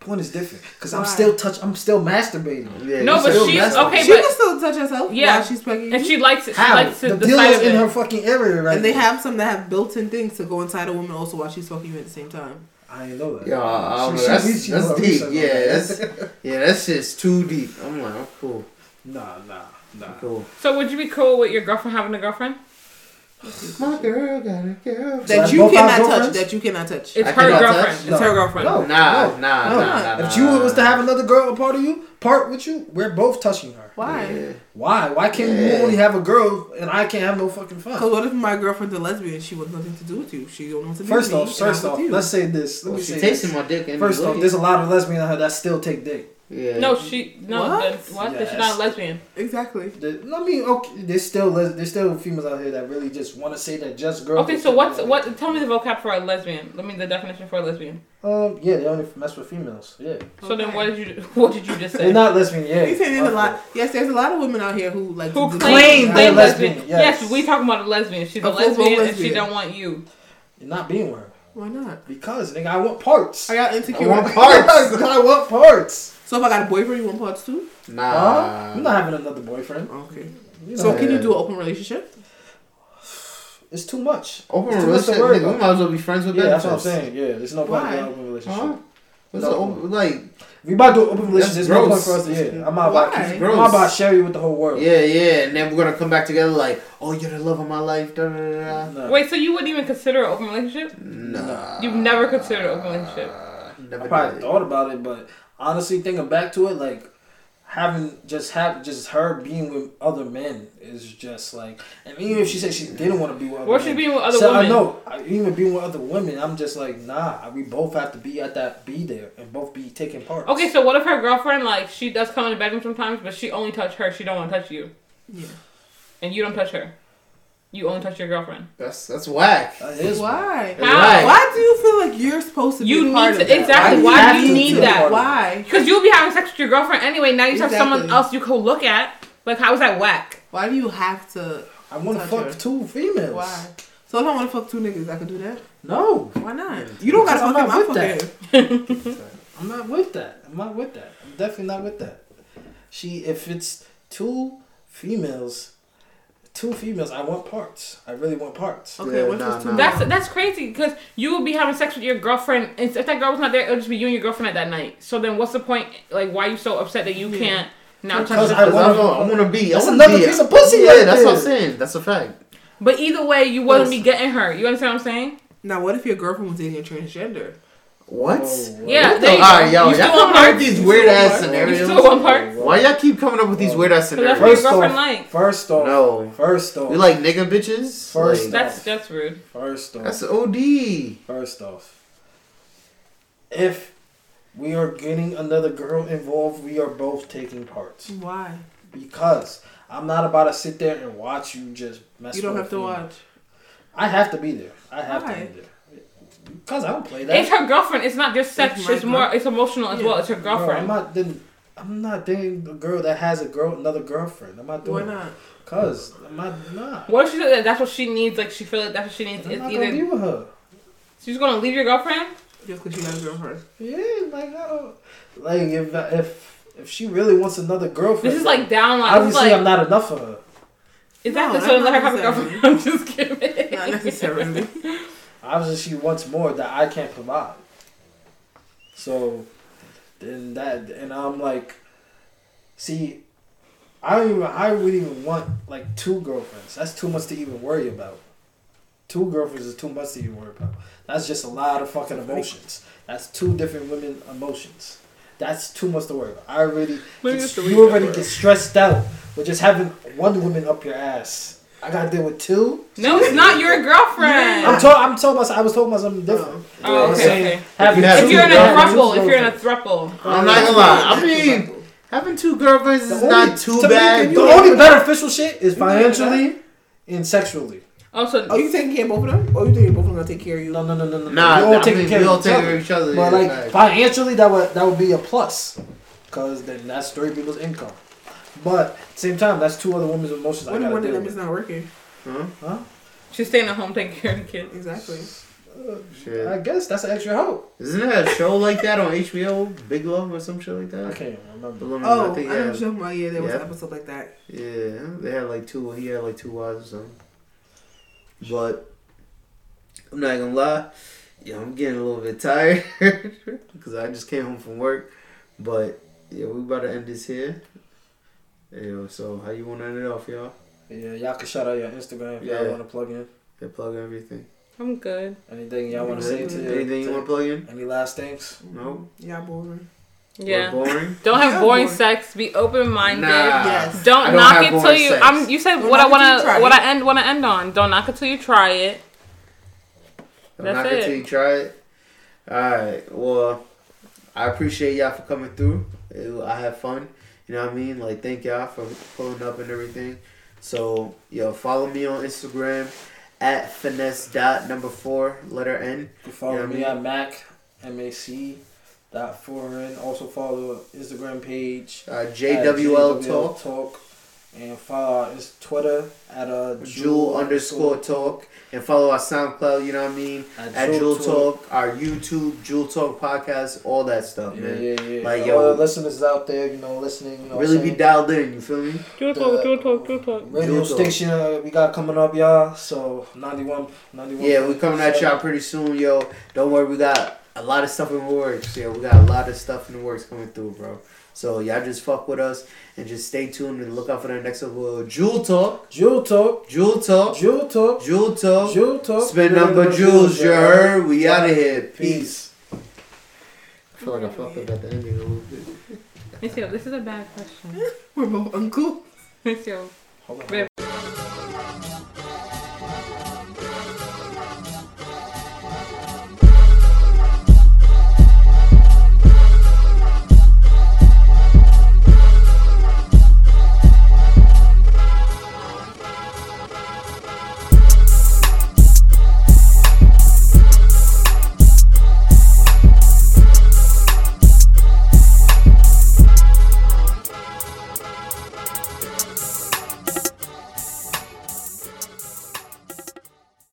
Porn is different because I'm
Why?
still touch. I'm still masturbating.
Yeah,
No,
you
but
still
she's-
messing with
okay,
she
but-
can still touch herself
Yeah.
while she's pegging
And
you.
she likes it. She
How?
likes
the
it. The,
deal
sight
is
of
in
it.
her fucking area right
and they
now.
have some that have built-in things to go inside a woman also while she's fucking you at the same time.
I ain't know that.
Yeah, I don't
She-
know.
she
That's,
reached- she
that's
went
deep.
research on
Yeah,
that.
that's yeah, that shit's too deep. I'm like, I'm cool,
Nah, nah, nah.
I'm cool.
So would you be cool with your girlfriend having a girlfriend?
My girl got a girl.
So
That
that's
you
both our
cannot touch.
girlfriends?
That you cannot touch.
It's
I
her
cannot
girlfriend.
touch.
It's her girlfriend.
Oh, No,
Nah,
no,
nah,
no.
nah, nah,
If you
nah,
was to
nah.
have another girl a part of you, part with you, we're both touching her.
Why?
Why? Why can't you
Yeah.
only have a girl and I can't have no fucking
Because
fun?
what if my girlfriend's a lesbian? She wants nothing to do with you. She don't want to be
First
with me,
off,
and
first
I'm
off,
with you.
let's say this. Let
Well,
me
she
say
tasting
this.
my dick and
First
looking.
off, there's a lot of lesbians out here that still take dick.
yeah.
No, she no.
What?
What? what? That She's not a lesbian.
exactly.
The- I mean, okay, there's still les- there's still females out here that really just want to say that just girls.
Okay, so what's what? Tell me the vocab for a lesbian. Let me the definition for a lesbian.
Um, yeah, they only mess with females. Yeah,
So then,
Okay.
what did you what did you just
they're
say?
not lesbian. Yeah,
You saying there's a lot. Yes, there's a lot of women out here who like
Who
to do-
claim
claims
they're
they're
lesbian,
lesbian?
yes.
Yes. we talking about a lesbian. She's a,
A full-blown
lesbian, and
lesbian.
she don't want you.
You're not being one
Why not?
because nigga, I want parts.
Are
I
y'all
want
insecure?
parts.
I want parts.
So if I got a boyfriend, you want parts too?
Nah.
Huh? I'm not having another boyfriend.
Okay.
You know,
So can you
Yeah.
do an open relationship?
it's too much.
Open
It's too much to
relationship,
worry
nigga,
about.
we might as well be friends with
Yeah, that's
benefits.
what I'm saying. Yeah, there's no point in
Why?
an open relationship.
Huh? What's
No.
the open, like?
If you about to do an open relationship,
That's
there's no point
gross.
for us to. Yeah, I'm not about.
Why?
I'm
Gross.
not about to share you with the whole world.
Yeah, yeah, and then we're gonna come back together like, oh, you're the love of my life. Da, da, da, da.
No.
Wait, so you wouldn't even consider an open relationship?
Nah.
You've never considered an open relationship.
Never
I
did
probably
it.
thought about it, but honestly, thinking back to it, like having just have just her being with other men is just like, and even if she said she didn't want to be with other
Or
men,
she being with other
so
women?
I know I- even being with other women, I'm just like, nah, we both have to be at that, be there, and both be taking part.
Okay, so what if her girlfriend like she does come in the bedroom sometimes, but she only touch her. She don't want to touch you,
Yeah.
and you don't touch her. You only touch your girlfriend.
That's that's whack.
that is
Why?
How?
Why?
Why do you feel like you're supposed to
You
be
need
part
to-
of that?
exactly.
Why do
Why
you
do you
have to
need
be a
that?
part?
Why?
Because you'll be having sex with your girlfriend anyway. Now you just have someone
Exactly.
else you can look at. Like, how is that whack?
Why do you have to?
I want to
Touch
fuck
her.
two females.
Why? So if I want to fuck two niggas, I can do that.
No,
Why not? You don't gotta
Because
fuck
I'm
him.
not
I'm
with
fucking
that.
him.
I'm not with that. I'm not with that. I'm definitely not with that. She, if it's two females, two females, I want parts. I really want parts.
Okay,
Yeah,
what's
nah,
this
Mm.
two?
nah.
That's that's crazy. Because you will be having sex with your girlfriend, and if that girl was not there, it'll just be you and your girlfriend at that night. So then, what's the point? Like, why are you so upset that you can't now touch?
Because
Her?
I
I
wanna-
want to. I want to be.
That's
I wanna
another
be,
piece of pussy
Yeah,
right
that's what I'm
there.
saying. That's a fact.
But either way, you wouldn't be getting her. You understand what I'm saying?
Now, what if your girlfriend was dating a transgender?
What?
Whoa, whoa.
Yeah,
What the-
there you go.
alright, yo,
You
y'all
still
coming
want
up
her?
with these
You
weird
still
ass
want her?
You
scenarios.
still want parts?
Why y'all keep coming up with these weird ass
Because that's what your
scenarios?
Oh, First off-
girlfriend like.
First off,
No.
First off,
We like nigga bitches.
First
Like,
That's that's rude.
first off,
that's OD.
first off, if we are getting another girl involved, we are both taking parts
Why?
because I'm not about to sit there and watch you just mess.
you don't
with
have to
me.
watch.
I have to be there. I have
Why?
to be there. Cause I don't play that.
It's her girlfriend. It's not just sex.
It's
It's,
my
more.
girl-
It's emotional as
Yeah.
well. It's her
Bro, I'm
girlfriend.
not then I'm not dating a girl that has a girl another girlfriend. I'm not
Why
doing it.
not?
Cause I'm not not.
What if she said that that's what she needs? Like she feels like that's what she needs.
I'm
It's
not gonna be
either
with her.
she's gonna leave your girlfriend.
Just because you got a girlfriend.
Yeah, like I don't like if if if she really wants another girlfriend.
This is like downline. This is
obviously
like
I'm not enough for her.
exactly.
No,
so
not
let her have a
necessarily.
girlfriend. I'm just kidding.
Not necessarily.
Obviously she wants more that I can't provide. So then that and I'm like see I don't even I would even want like two girlfriends. That's too much to even worry about. Two girlfriends is too much to even worry about. That's just a lot of fucking emotions. That's two different women emotions. That's too much to worry about. I already
Maybe
get-
it's the
you
weed
already
that
get stressed out with just having one woman up your ass. I gotta deal with two.
no, it's not your girlfriend.
I'm told. I'm told myself. I was told myself something
Uh-huh.
different.
Oh,
I'm
okay,
saying
okay.
having
If
two
if you're in a
girlfriends-
thruple, if you're in a thruple,
I'm not gonna lie. I mean, having two girlfriends is
The only-
not too
to me,
bad.
The only beneficial shit is
You can do that.
financially and sexually.
oh, so
Oh, you taking care of both of them? Oh, you think both of them gonna take care of you?
No, no, no, no, no.
Nah,
we
I
all taking
mean,
care
we all
of each
take care
other.
of each other.
But
yeah,
like
facts.
financially, that would that would be a plus, cause then that's three people's income. But at the same time, that's two other women's emotions
What
I
if
gotta
one of
deal
them is
with.
not working?
Huh?
she's staying at home taking care of the kids.
Exactly.
Shit.
I guess that's an extra help.
Isn't there a show like that on HBO? Big Love or some shit like that?
I can't remember.
Balloon,
Oh,
I
I
think
don't
they
know.
had,
Jeff Ma, Yeah, there was an
Yeah.
episode like that.
yeah, they had like two. He had like two wives or something. But I'm not gonna lie, yeah, I'm getting a little bit tired because I just came home from work. But yeah, we about to end this here. Yeah, so how you want to end it off, y'all?
Yeah, y'all can shout out your Instagram if
Yeah.
y'all want to plug in.
They plug everything.
I'm good.
Anything y'all want to say
Anything,
to
you want to plug in?
Any last things?
No.
Yeah, boring.
Yeah.
We're boring.
Don't have
Yeah,
boring
boy.
sex. Be open minded.
Nah.
Yes.
I
Don't
don't
knock
have
it till
boring
you.
sex.
I'm. You said
Don't
what I
knock it till you
want
try
to. What
it.
I end. Want to end on. Don't knock it till you try it.
I'm
That's
not gonna
it.
till you try it. Alright, well, I appreciate y'all for coming through. It- I had fun. You know what I mean? Like, thank y'all for pulling up and everything. So, yo, follow me on Instagram at finesse dot number four, letter N.
You can follow
Yeah,
me
me.
at Mac M A C dot foreign. Also follow Instagram page
Uh, JWL
at
Talk,
Talk. And follow our Inst- Twitter at uh,
Jewel underscore Talk, and follow our SoundCloud, you know what I mean? At Jewel Talk, our YouTube, Jewel Talk podcast, all that stuff,
Yeah,
man.
yeah, yeah.
Like,
Like,
yo-
yo, listeners out there, you know, listening. You know what
Really
I'm
be
saying?
dialed in, you feel me?
Do
The-
talk. Do talk. Do talk.
Radio
Jewel Talk.
station uh, we got coming up, y'all. So 91, 91.
Yeah, we coming at y'all pretty soon, yo. Don't worry, we got a lot of stuff in the works. Yeah, we got a lot of stuff in the works coming through, bro. So y'all just fuck with us and just stay tuned and look out for the next episode. Jewel Talk,
Jewel Talk,
Jewel Talk,
Jewel Talk,
Jewel Talk.
Jewel Talk.
Spin number jewels, you heard? We out of here. Peace. I feel like I fucked up at the ending a little bit.
Miss Yo, this is a bad question.
We're both uncool.
Miss Yo.
Hold on.
Babe,